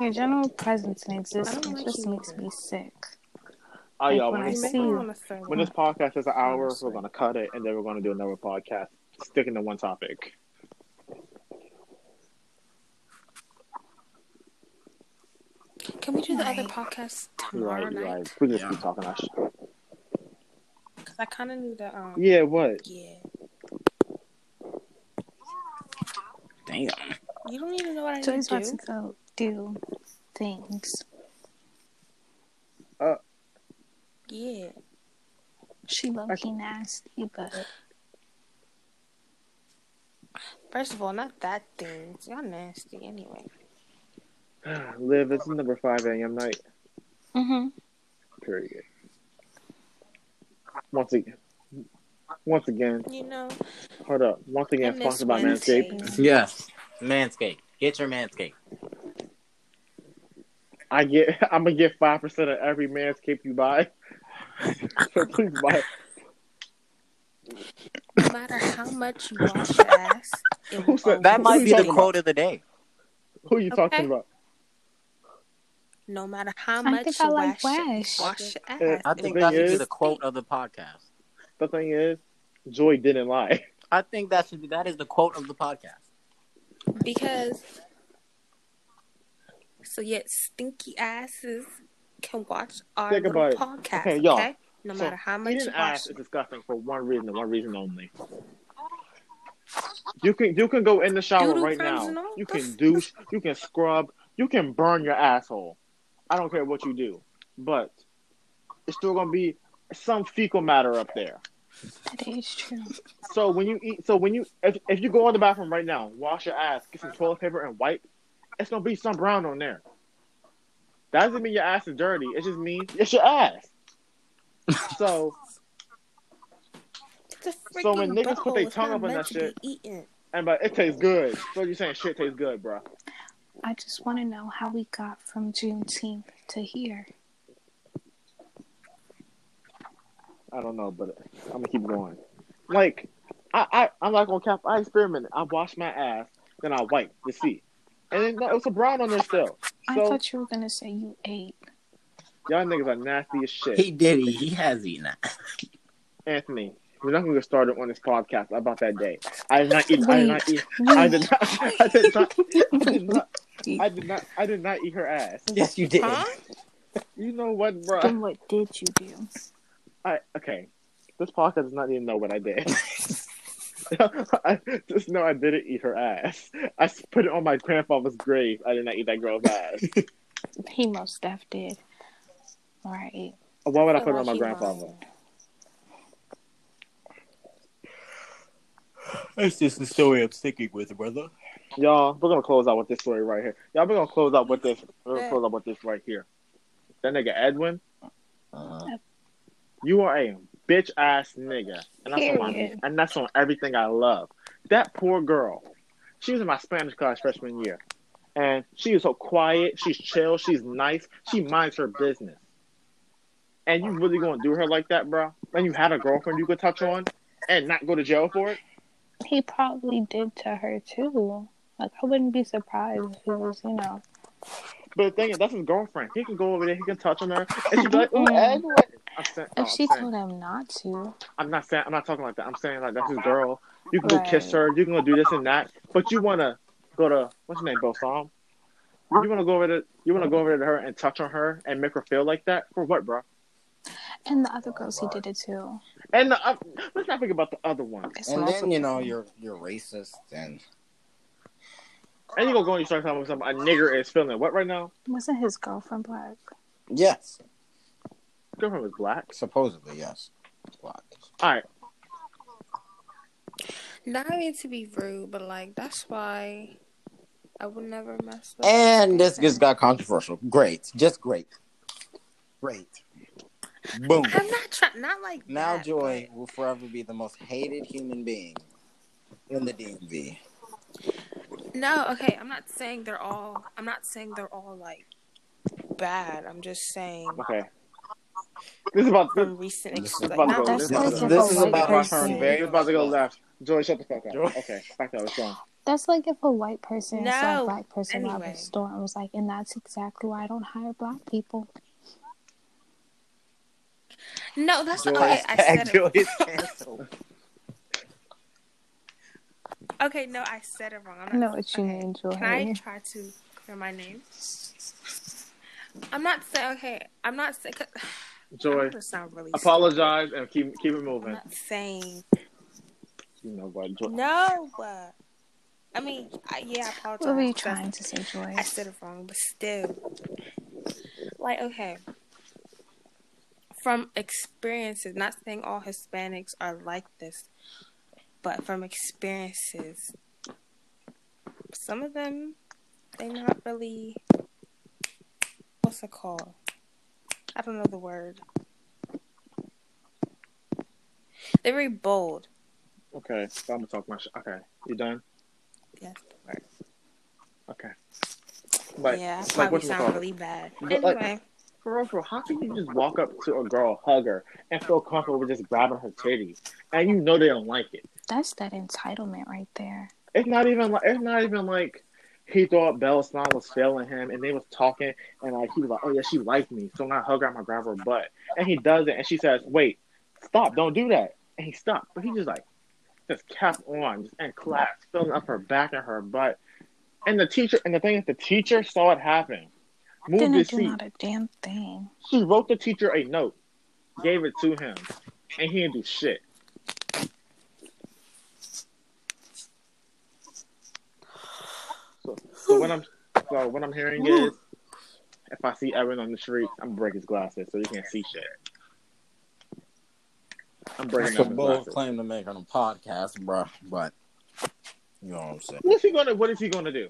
Speaker 3: Your general presence and
Speaker 4: I don't
Speaker 3: existence
Speaker 4: like
Speaker 3: just
Speaker 4: you
Speaker 3: makes
Speaker 4: either.
Speaker 3: me sick.
Speaker 1: Oh, yeah.
Speaker 3: Like,
Speaker 1: When
Speaker 3: when I
Speaker 4: You
Speaker 1: this,
Speaker 4: make
Speaker 3: see
Speaker 4: me
Speaker 3: you.
Speaker 4: want to throw
Speaker 1: when this
Speaker 4: up.
Speaker 1: podcast is an hour,
Speaker 4: Honestly.
Speaker 1: we're going to cut it, and then we're going to do another podcast sticking to one topic.
Speaker 4: Can we do the other
Speaker 3: Right.
Speaker 4: podcast
Speaker 1: You're
Speaker 4: tomorrow
Speaker 1: right. You're
Speaker 4: night?
Speaker 1: right. We can just
Speaker 5: Yeah.
Speaker 1: keep talking. Our shit.
Speaker 4: 'Cause I kind of need to. Um, yeah.
Speaker 1: Yeah. What? <sighs>
Speaker 5: Damn.
Speaker 4: You don't even know what I need
Speaker 3: Joy's
Speaker 4: to
Speaker 3: about to
Speaker 4: do.
Speaker 3: go do things.
Speaker 4: Yeah.
Speaker 3: She low key nasty, but
Speaker 4: First of all, not that thing. Y'all nasty anyway.
Speaker 1: Liv, it's number five a.m. night.
Speaker 3: mm-hmm.
Speaker 1: Period. Once again. Once again,
Speaker 4: You know.
Speaker 1: hold up. Once again,
Speaker 4: and this
Speaker 1: sponsored by Manscaped.
Speaker 4: Wednesday-
Speaker 5: Yes. Manscaped. Get your Manscaped.
Speaker 1: I get. <laughs> I'm gonna get five percent of every Manscaped you buy. <laughs> so please buy.
Speaker 4: No matter how much you wash your ass, it
Speaker 1: Who
Speaker 4: will
Speaker 1: said-
Speaker 5: Oh, That
Speaker 4: always
Speaker 5: might be the
Speaker 1: talking about?
Speaker 5: quote of the day.
Speaker 1: Who you talking
Speaker 4: Okay.
Speaker 1: about?
Speaker 4: No matter how
Speaker 3: I
Speaker 4: much
Speaker 3: think
Speaker 4: you
Speaker 3: I like
Speaker 4: wash, your-
Speaker 3: Wesh.
Speaker 4: wash your ass,
Speaker 1: Uh,
Speaker 5: I
Speaker 4: it
Speaker 5: think
Speaker 4: will
Speaker 1: thing
Speaker 5: that should be
Speaker 1: is-
Speaker 5: the quote of the podcast.
Speaker 1: The thing is, Joy didn't lie.
Speaker 5: I think that should be that is the quote of the podcast.
Speaker 4: because so yet stinky asses can watch our
Speaker 1: Think
Speaker 4: little
Speaker 1: about it.
Speaker 4: podcast.
Speaker 1: Okay,
Speaker 4: Okay,
Speaker 1: y'all.
Speaker 4: no
Speaker 1: So,
Speaker 4: matter how much you
Speaker 1: Eating
Speaker 4: wash,
Speaker 1: ass is disgusting for one reason and one reason only. You can you can go in the shower
Speaker 4: Doodle
Speaker 1: right
Speaker 4: crumbs and
Speaker 1: now.
Speaker 4: all?
Speaker 1: You can douche. You can scrub. You can burn your asshole. I don't care what you do, but it's still gonna be some fecal matter up there.
Speaker 3: that is true.
Speaker 1: So when you eat, so when you if, if you go in the bathroom right now, wash your ass, get some toilet paper and wipe. It's gonna be some brown on there. That doesn't mean your ass is dirty. It just means it's your ass. So
Speaker 4: it's a freaking
Speaker 1: So when niggas put
Speaker 4: butthole.
Speaker 1: they
Speaker 4: It's
Speaker 1: tongue
Speaker 4: not
Speaker 1: up in
Speaker 4: meant
Speaker 1: that
Speaker 4: to
Speaker 1: shit-
Speaker 4: be eaten.
Speaker 1: and but it tastes good. So you saying shit tastes good, bro?
Speaker 3: I just want to know how we got from Juneteenth to here.
Speaker 1: I don't know, but I'm gonna keep going. Like I, I I'm not gonna cap. I experimented. I washed my ass, then I wiped to see, and then no, it's a brown on there still.
Speaker 3: I
Speaker 1: So
Speaker 3: thought you were gonna say you ate.
Speaker 1: y'all niggas are nasty as shit.
Speaker 5: He did. He, he has eaten that.
Speaker 1: Anthony, we're not gonna get started on this podcast about that day. I did not eat. I did not eat. I did not.
Speaker 3: Wait,
Speaker 1: I did not. I did not. I did not. I
Speaker 3: <laughs>
Speaker 1: did not eat her ass.
Speaker 5: Yes, you did.
Speaker 4: Huh?
Speaker 1: You know what, bro?
Speaker 3: then what did you do?
Speaker 1: I okay. This podcast does not need to know what I did. <laughs> I just know I didn't eat her ass. I s- put it on my grandfather's grave. I did not eat that girl's ass.
Speaker 3: He most def did. All right.
Speaker 1: Why would I put it on my
Speaker 7: Lucky
Speaker 1: grandfather?
Speaker 7: one.
Speaker 6: That's just the story I'm sticking with, brother.
Speaker 1: Y'all, we're gonna close out with this story right here. Y'all, we're gonna close out with this. We're gonna
Speaker 7: Yeah.
Speaker 1: close out with this right here. That nigga Edwin,
Speaker 5: Uh-huh.
Speaker 1: you are a bitch ass nigga, and that's on my,
Speaker 3: Period.
Speaker 1: and that's on everything I love. That poor girl, she was in my Spanish class freshman year, and she is so quiet. She's chill. She's nice. She minds her business. And you really gonna do her like that, bro? And you had a girlfriend you could touch on and not go to jail for it?
Speaker 3: He probably did to her too. Like I wouldn't be surprised if he was, you know.
Speaker 1: But the thing is, that's his girlfriend. He can go over there. He can touch on her, and she'd be like, "Ooh,
Speaker 3: Mm.
Speaker 1: Edwin." I'm saying, oh,
Speaker 3: If she
Speaker 1: I'm saying-
Speaker 3: told him not to,
Speaker 1: I'm not saying I'm not talking like that. I'm saying like that's his girl. You can go kiss
Speaker 3: Right.
Speaker 1: her. You can go do this and that. But you wanna go to what's her name, Bosom? You wanna go over to you wanna go over to her and touch on her and make her feel like that for what, bro?
Speaker 3: and the other girls he did it to.
Speaker 1: And the, uh, let's not think about the other one.
Speaker 3: It's
Speaker 5: And
Speaker 3: multiple.
Speaker 5: then you know you're you're racist and
Speaker 1: And you gonna go and you start talking about something a nigger is feeling what right now?
Speaker 3: Wasn't his girlfriend black?
Speaker 5: yes,
Speaker 1: Girlfriend was black.
Speaker 5: supposedly yes. Black.
Speaker 1: All right,
Speaker 7: Not even to be rude, but like that's why I would never mess with.
Speaker 5: And this
Speaker 7: this
Speaker 5: just got controversial. Great, just great, great. Boom.
Speaker 7: I'm not trying. Not like
Speaker 5: Now
Speaker 7: that,
Speaker 5: Joy will forever be the most hated human being in the DMV.
Speaker 7: but- No, okay. I'm not saying they're all. I'm not saying they're all like bad. I'm just saying
Speaker 1: okay. This is about this,
Speaker 7: from recent
Speaker 5: This is
Speaker 7: experience.
Speaker 1: about
Speaker 7: Not
Speaker 1: to go.
Speaker 7: that
Speaker 1: This
Speaker 5: This is,
Speaker 1: is-
Speaker 3: like
Speaker 5: this
Speaker 3: a
Speaker 5: is
Speaker 3: white
Speaker 5: about to
Speaker 3: person.
Speaker 5: turn
Speaker 1: this
Speaker 5: very
Speaker 1: is about to go
Speaker 5: much left.
Speaker 1: left. Joy, shut the fuck up.
Speaker 5: Joy.
Speaker 1: Okay, back to what's wrong.
Speaker 3: That's like if a white person saw a
Speaker 7: No.
Speaker 3: black person rob
Speaker 7: Anyway.
Speaker 3: a store and was like, and that's exactly why I don't hire black people.
Speaker 7: no, that's
Speaker 5: Joy
Speaker 7: okay.
Speaker 5: is
Speaker 7: I
Speaker 1: <laughs>
Speaker 5: back.
Speaker 7: said
Speaker 5: Joy <laughs>
Speaker 7: it.
Speaker 5: is canceled.
Speaker 7: Okay, no, I said it wrong. I'm
Speaker 3: I know what you mean, Joy.
Speaker 7: Can I try to clear my name? I'm not saying okay. I'm not saying.
Speaker 1: Joy,
Speaker 7: That's not really.
Speaker 1: apologize and keep keep it
Speaker 7: I'm
Speaker 1: moving.
Speaker 7: not saying
Speaker 1: You know what? Joy,
Speaker 7: no. uh, I mean, I, yeah, I apologize.
Speaker 3: What were you
Speaker 7: That's-
Speaker 3: trying to say, Joy?
Speaker 7: I said it wrong, but still, like, okay. From experiences, not saying all Hispanics are like this, but from experiences, some of them they not really. What's it called? I don't know the word. They're very bold.
Speaker 1: Okay, so I'm gonna talk my shit. Okay, you done?
Speaker 7: Yes, the word.
Speaker 1: Okay. Like,
Speaker 7: yeah, I
Speaker 1: like
Speaker 7: probably
Speaker 1: what you
Speaker 7: sound
Speaker 1: call it?
Speaker 7: really bad.
Speaker 1: But, like-
Speaker 7: Anyway,
Speaker 1: For real, for real, how can you just walk up to a girl, hug her, and feel comfortable with just grabbing her titty, and you know they don't like it?
Speaker 3: That's that entitlement right there.
Speaker 1: It's not even like it's not even like he thought Bella Swan was failing him, and they was talking, and like he was like, "Oh yeah, she liked me, so I'm gonna hug her, I'm gonna grab her butt," and he does it, and she says, "Wait, stop, don't do that," and he stopped, but he just like just kept on just, and clapped, filling up her back and her butt, and the teacher, and the thing is, the teacher saw it happen. Moved
Speaker 3: Didn't
Speaker 1: his
Speaker 3: do
Speaker 1: seat.
Speaker 3: not a damn thing. <laughs>
Speaker 1: She wrote the teacher a note, gave it to him, and he didn't do shit. So, so what I'm so what I'm hearing is, if I see Evan on the streets, I'm breaking his glasses so he can't see shit. I'm
Speaker 5: That's
Speaker 1: breaking
Speaker 5: a
Speaker 1: up his
Speaker 5: bold
Speaker 1: glasses.
Speaker 5: claim to make on a podcast, bruh. But you know what I'm saying.
Speaker 1: What is he gonna What is he gonna do?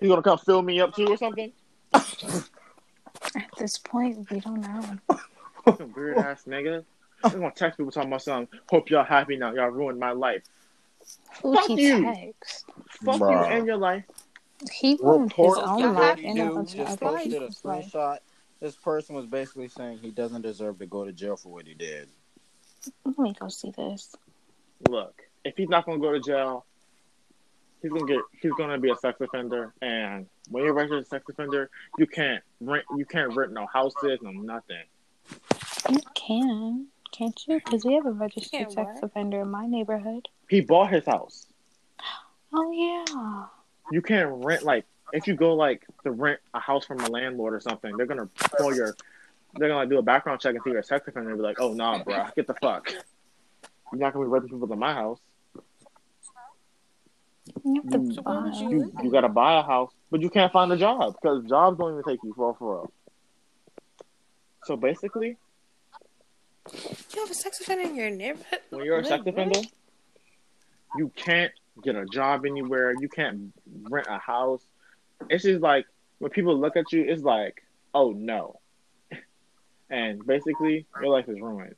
Speaker 1: He gonna come fill me up too or something?
Speaker 3: At this point, we don't
Speaker 1: <laughs>
Speaker 3: know.
Speaker 1: Fucking weird ass nigga. I'm gonna text people talking about something. Hope y'all happy now. Y'all ruined my life.
Speaker 3: Who
Speaker 1: Fuck
Speaker 3: he
Speaker 1: you.
Speaker 3: text?
Speaker 1: Fuck you
Speaker 5: Bruh.
Speaker 1: and your life.
Speaker 3: He ruined his
Speaker 5: Report
Speaker 3: own life
Speaker 5: security
Speaker 3: and a
Speaker 5: dude
Speaker 3: bunch of
Speaker 5: just
Speaker 3: other
Speaker 5: posted a
Speaker 3: people's life.
Speaker 5: screenshot. This person was basically saying he doesn't deserve to go to jail for what he did.
Speaker 3: Let me go see this.
Speaker 1: look, if he's not gonna go to jail, he's gonna get he's gonna be a sex offender. And when you're a registered sex offender, you can't rent you can't rent no houses, no nothing.
Speaker 3: You can, can't you? Because we have a registered
Speaker 7: Can't
Speaker 3: sex
Speaker 7: what?
Speaker 3: offender in my neighborhood.
Speaker 1: He bought his house.
Speaker 3: Oh yeah.
Speaker 1: You can't rent like if you go like to rent a house from a landlord or something, they're gonna pull your they're gonna like, do a background check and see you're a sex offender and be like, oh nah, bro, get the fuck. You're not gonna be raping people in my house.
Speaker 3: You have to
Speaker 1: You-
Speaker 7: where would
Speaker 3: buy.
Speaker 7: you-
Speaker 1: You you gotta buy a house, but you can't find a job because jobs don't even take you for real, for real. So basically,
Speaker 7: You have a sex offender in your neighborhood?
Speaker 1: when you're a
Speaker 7: Wait,
Speaker 1: sex
Speaker 7: what?
Speaker 1: offender, you can't get a job anywhere. You can't rent a house. It's just like when people look at you, it's like, oh no. <laughs> And basically, your life is ruined.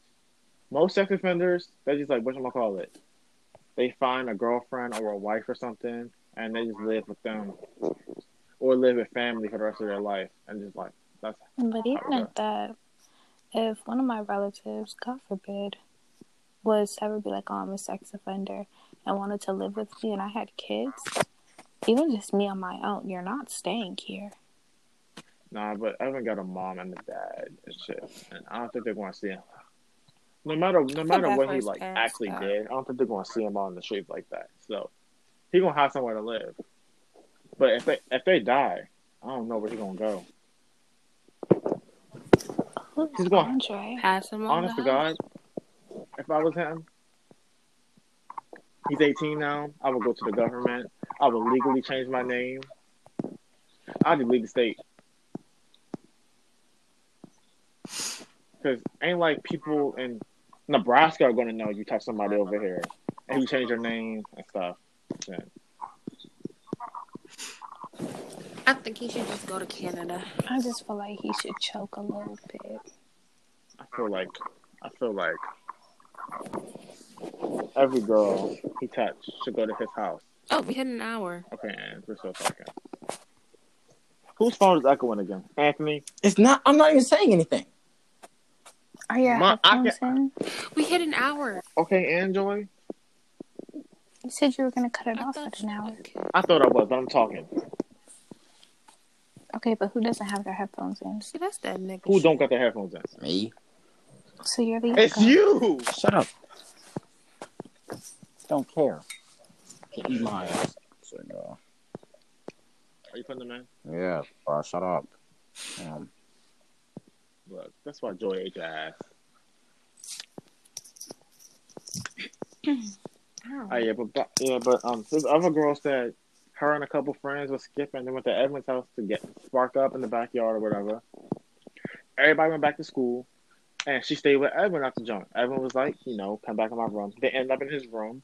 Speaker 1: Most sex offenders, they just like, what am I call it? They find a girlfriend or a wife or something, and they just live with them, or live with family for the rest of their life, and just like that's
Speaker 3: But even at that, if one of my relatives, God forbid, was to ever be like, oh, I'm a sex offender and wanted to live with me and I had kids, even just me on my own, you're not staying here.
Speaker 1: Nah, but Evan got a mom and a dad and shit, and I don't think they're going to see him. No matter no matter
Speaker 7: bad
Speaker 1: what
Speaker 7: for
Speaker 1: he
Speaker 7: his
Speaker 1: like
Speaker 7: parents,
Speaker 1: actually
Speaker 7: though.
Speaker 1: did, I don't think they're going to see him on the streets like that. So he gonna have somewhere to live. But if they if they die, I don't know where he gonna go.
Speaker 3: Who's
Speaker 1: He's going-
Speaker 3: Andre?
Speaker 7: Pass him on
Speaker 1: Honest to
Speaker 7: the
Speaker 1: God, if I was him, he's 18 now. I would go to the government. I would legally change my name. I'd just leave the state. Because ain't like people in Nebraska are going to know you touch somebody over here and you change your name and stuff. Shit.
Speaker 4: I think he should just go to Canada.
Speaker 3: I just feel like he should choke a little bit.
Speaker 1: I feel like I feel like every girl he touched should go to his house.
Speaker 7: Oh, we had an hour.
Speaker 1: Okay, and we're still talking. Whose phone is echoing again? Anthony.
Speaker 8: It's not. I'm not even saying anything.
Speaker 3: Are your
Speaker 1: My- I
Speaker 3: Oh, headphones in?
Speaker 7: We hit an hour.
Speaker 1: Okay, Android.
Speaker 3: You said you were going to cut it
Speaker 7: I
Speaker 3: off
Speaker 7: thought
Speaker 3: at an hour.
Speaker 7: Okay.
Speaker 1: I thought I was, but I'm talking.
Speaker 3: Okay, but who doesn't have their headphones in?
Speaker 7: See, that's that nigga.
Speaker 1: Who
Speaker 7: shit.
Speaker 1: don't got their headphones in?
Speaker 8: Me.
Speaker 3: So you're the
Speaker 1: It's you.
Speaker 8: Shut up.
Speaker 5: Don't care.
Speaker 8: Eat my ass.
Speaker 5: So, no.
Speaker 1: Are you putting them in?
Speaker 5: Yeah, bro, shut up. Um,
Speaker 1: Look, that's why Joy ate your ass. Oh yeah, but, but yeah, but um, this other girl said her and a couple friends was skipping. They went to Edwin's house to get spark up in the backyard or whatever. Everybody went back to school, and she stayed with Edwin after jump. Edwin was like, you know, come back in my room. They ended up in his room.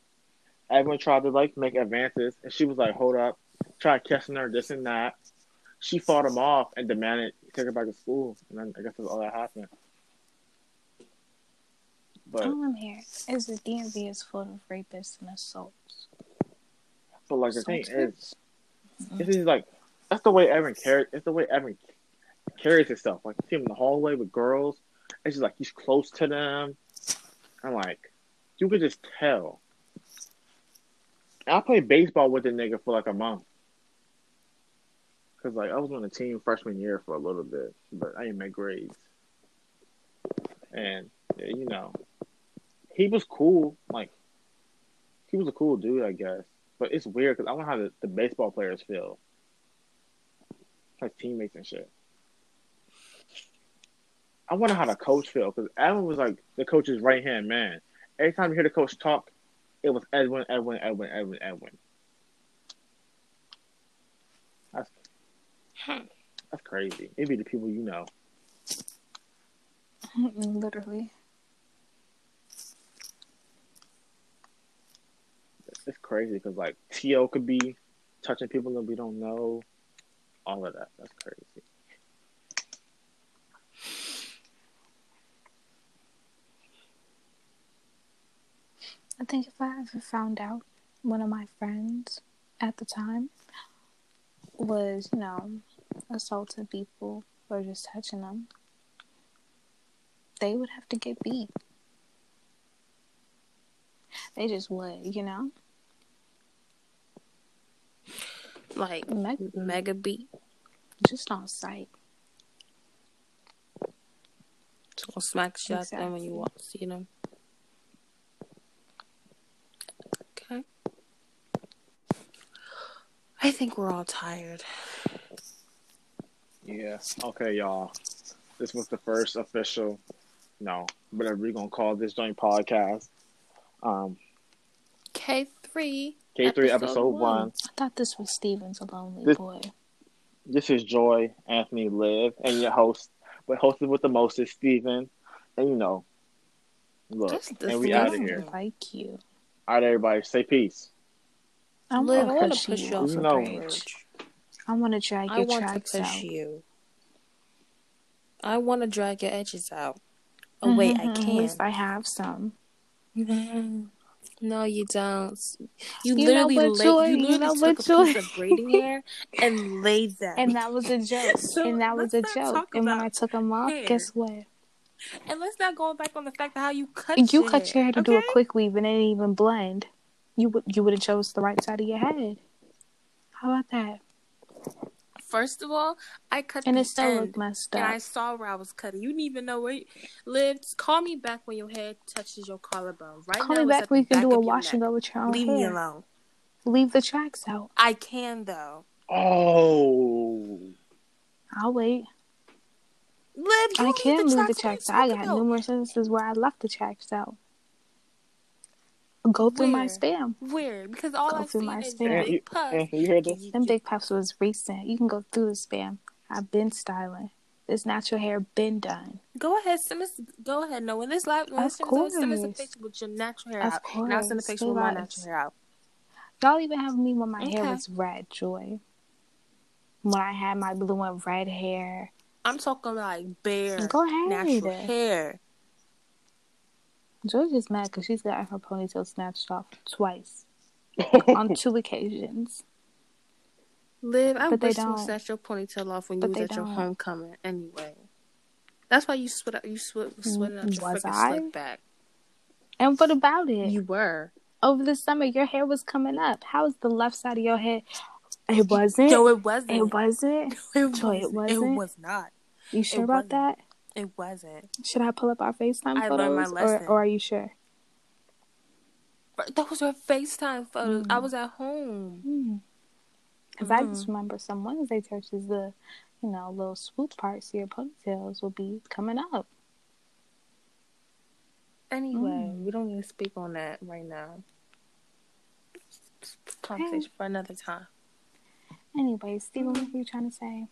Speaker 1: Edwin tried to like make advances, and she was like, hold up, try catching her this and that. She fought him off and demanded he take her back to school, and then I guess that's all that happened. But
Speaker 3: All I'm here is the DMV is full of rapists and assaults.
Speaker 1: But like the thing
Speaker 3: Sometimes.
Speaker 1: is, this is like that's the way Evan carries. It's the way Evan carries himself. Like you see him in the hallway with girls, it's just like he's close to them, and like you could just tell. And I played baseball with the nigga for like a month, cause like I was on the team freshman year for a little bit, but I didn't make grades. And yeah, you know, he was cool. Like he was a cool dude, I guess. But it's weird because I wonder how the, the baseball players feel, like teammates and shit. I wonder how the coach feel because Edwin was like the coach's right hand man. Every time you hear the coach talk, it was Edwin, Edwin, Edwin, Edwin, Edwin. That's that's crazy. It'd be the people you know.
Speaker 3: <laughs> Literally.
Speaker 1: It's crazy because like T.O. could be touching people that we don't know. All of that. That's crazy.
Speaker 3: I think if I ever found out one of my friends at the time was, you know, assaulting people or just touching them, they would have to get beat. They just would, you know?
Speaker 7: Like,
Speaker 3: Meg-
Speaker 7: mega beat.
Speaker 3: just on sight.
Speaker 7: Just gonna smack shit out them when you walk, see them. Okay. I think we're all tired.
Speaker 1: Yeah. Okay, y'all. This was the first official, no, whatever you're gonna call this joint podcast. Um,
Speaker 4: K three.
Speaker 1: K three episode one.
Speaker 3: I thought this was Steven's a lonely
Speaker 1: This-
Speaker 3: boy.
Speaker 1: This is Joy, Anthony, Liv, and your host, but hosted with the most is Steven. And you know, look,
Speaker 4: This- this
Speaker 1: and we
Speaker 4: is-
Speaker 1: out of
Speaker 3: don't
Speaker 1: here.
Speaker 3: like you.
Speaker 1: All right, everybody, say peace.
Speaker 3: I
Speaker 7: Liv,
Speaker 3: want
Speaker 7: I
Speaker 3: to
Speaker 7: want
Speaker 3: push,
Speaker 7: to push you
Speaker 3: you.
Speaker 7: off a
Speaker 1: No.
Speaker 7: bridge.
Speaker 3: I want to drag
Speaker 7: I
Speaker 3: your
Speaker 7: want to
Speaker 3: tracks
Speaker 7: push
Speaker 3: out.
Speaker 7: you. I want to drag your edges out. Oh wait, I
Speaker 3: Mhm, At
Speaker 7: can.
Speaker 3: least I have some.
Speaker 7: no, you don't. You,
Speaker 3: You know
Speaker 7: literally,
Speaker 3: what,
Speaker 7: lay,
Speaker 3: Joy?
Speaker 7: you
Speaker 3: You
Speaker 7: literally
Speaker 3: know
Speaker 7: took
Speaker 3: what,
Speaker 7: a
Speaker 3: Joy?
Speaker 7: piece of braiding hair and laid
Speaker 4: <laughs>
Speaker 7: that.
Speaker 3: And that was a joke.
Speaker 4: So,
Speaker 3: and that was a
Speaker 4: let's not
Speaker 3: joke.
Speaker 4: talk
Speaker 3: And when
Speaker 4: about
Speaker 3: I took them off,
Speaker 4: hair.
Speaker 3: guess what?
Speaker 4: And let's not go back on the fact of how you cut.
Speaker 3: You
Speaker 4: your
Speaker 3: cut your hair to do a quick weave and it didn't even blend. You would you would have chose the right side of your head. How about that?
Speaker 4: First of all, I cut
Speaker 3: And
Speaker 4: the
Speaker 3: it still
Speaker 4: end,
Speaker 3: looked messed
Speaker 4: and
Speaker 3: up.
Speaker 4: I saw where I was cutting. You didn't even know where. You... Liv, call me back when your head touches your collarbone. Right
Speaker 3: Call
Speaker 4: now,
Speaker 3: me
Speaker 4: it's
Speaker 3: back
Speaker 4: at
Speaker 3: when
Speaker 4: the
Speaker 3: you can
Speaker 4: back
Speaker 3: do a
Speaker 4: of your
Speaker 3: wash and
Speaker 4: neck.
Speaker 3: go with your own
Speaker 7: Leave
Speaker 3: hair.
Speaker 7: me alone.
Speaker 3: Leave the tracks out.
Speaker 7: I can though.
Speaker 1: Oh,
Speaker 3: I'll wait.
Speaker 7: Liv, you
Speaker 3: I
Speaker 7: leave
Speaker 3: can
Speaker 7: the
Speaker 3: leave the
Speaker 7: tracks. What are
Speaker 3: tracks out. I
Speaker 7: you talking
Speaker 3: got
Speaker 7: about?
Speaker 3: numerous instances where I left the tracks out. Go through my
Speaker 4: Where?
Speaker 3: spam.
Speaker 4: Where? Because all
Speaker 3: Go
Speaker 4: I
Speaker 3: through
Speaker 4: see
Speaker 3: my
Speaker 4: is
Speaker 3: spam.
Speaker 1: and
Speaker 4: big
Speaker 1: you,
Speaker 4: puffs.
Speaker 1: Anthony, you heard this?
Speaker 4: You-
Speaker 3: Them big puffs was recent. You can go through the spam. I've been styling. This natural hair been done.
Speaker 4: Go ahead, send us. Go ahead. No, when this lab, when
Speaker 3: Of
Speaker 4: this show's over, send us a
Speaker 3: course.
Speaker 4: picture with your natural hair
Speaker 3: Of
Speaker 4: out, and I'll send a
Speaker 3: course.
Speaker 4: picture
Speaker 3: They
Speaker 4: with my
Speaker 3: like-
Speaker 4: natural hair out.
Speaker 3: Y'all even have me when my hair
Speaker 4: Okay.
Speaker 3: was red, Joy. When I had my blue and red hair.
Speaker 4: I'm talking like bare
Speaker 3: Go
Speaker 4: natural
Speaker 3: ahead.
Speaker 4: hair.
Speaker 3: Joy's just mad because she's gotten her ponytail snatched off twice on two occasions.
Speaker 4: Liv, I
Speaker 3: But they
Speaker 4: wish someone
Speaker 3: don't.
Speaker 4: snatched your ponytail off when you
Speaker 3: But
Speaker 4: was
Speaker 3: they
Speaker 4: at your
Speaker 3: don't.
Speaker 4: homecoming. Anyway, that's why you sweat. You sweat sweating out your
Speaker 3: Mm, Was
Speaker 4: freaking
Speaker 3: I?
Speaker 4: slick back.
Speaker 3: And what about it?
Speaker 4: You were.
Speaker 3: Over the summer, your hair was coming up. How is the left side of your head? It wasn't.
Speaker 4: No, it
Speaker 3: It
Speaker 4: wasn't.
Speaker 3: wasn't.
Speaker 4: It
Speaker 3: Joy, it
Speaker 4: wasn't. It
Speaker 3: wasn't.
Speaker 4: was not.
Speaker 3: You sure
Speaker 4: It
Speaker 3: about
Speaker 4: wasn't.
Speaker 3: that?
Speaker 4: It wasn't.
Speaker 3: Should I pull up our FaceTime
Speaker 4: I learned my
Speaker 3: photos, or
Speaker 4: lesson.
Speaker 3: or are you sure?
Speaker 4: But Those were FaceTime photos. I
Speaker 3: Mm.
Speaker 4: was at home.
Speaker 3: Because Hmm. I just remember some Wednesday churches, the you know little swoop parts of your ponytails will be coming up.
Speaker 4: Anyway,
Speaker 3: Mm.
Speaker 4: we don't need to speak on that right now.
Speaker 3: Hey.
Speaker 4: Conversation for another time.
Speaker 3: Anyway, Steven, what were you trying to say?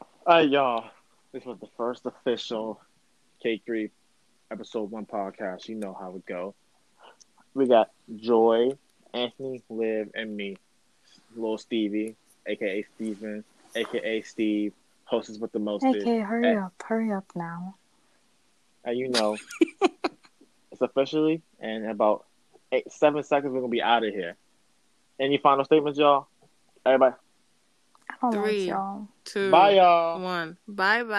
Speaker 1: All right, Uh, y'all. This was the first official K3 episode one podcast. You know how it go. We got Joy, Anthony, Liv, and me, Lil Stevie, aka Steven, aka Steve, hostess with the most. is.
Speaker 3: Okay, hurry
Speaker 1: Eh.
Speaker 3: up, hurry up now.
Speaker 1: And you know, it's officially in about eight, seven seconds, we're going to be out of here. Any final statements, y'all? Everybody,
Speaker 3: I don't like
Speaker 4: Three.
Speaker 3: y'all.
Speaker 4: Two.
Speaker 7: Mm.
Speaker 1: bye, y'all.
Speaker 4: One. Bye bye.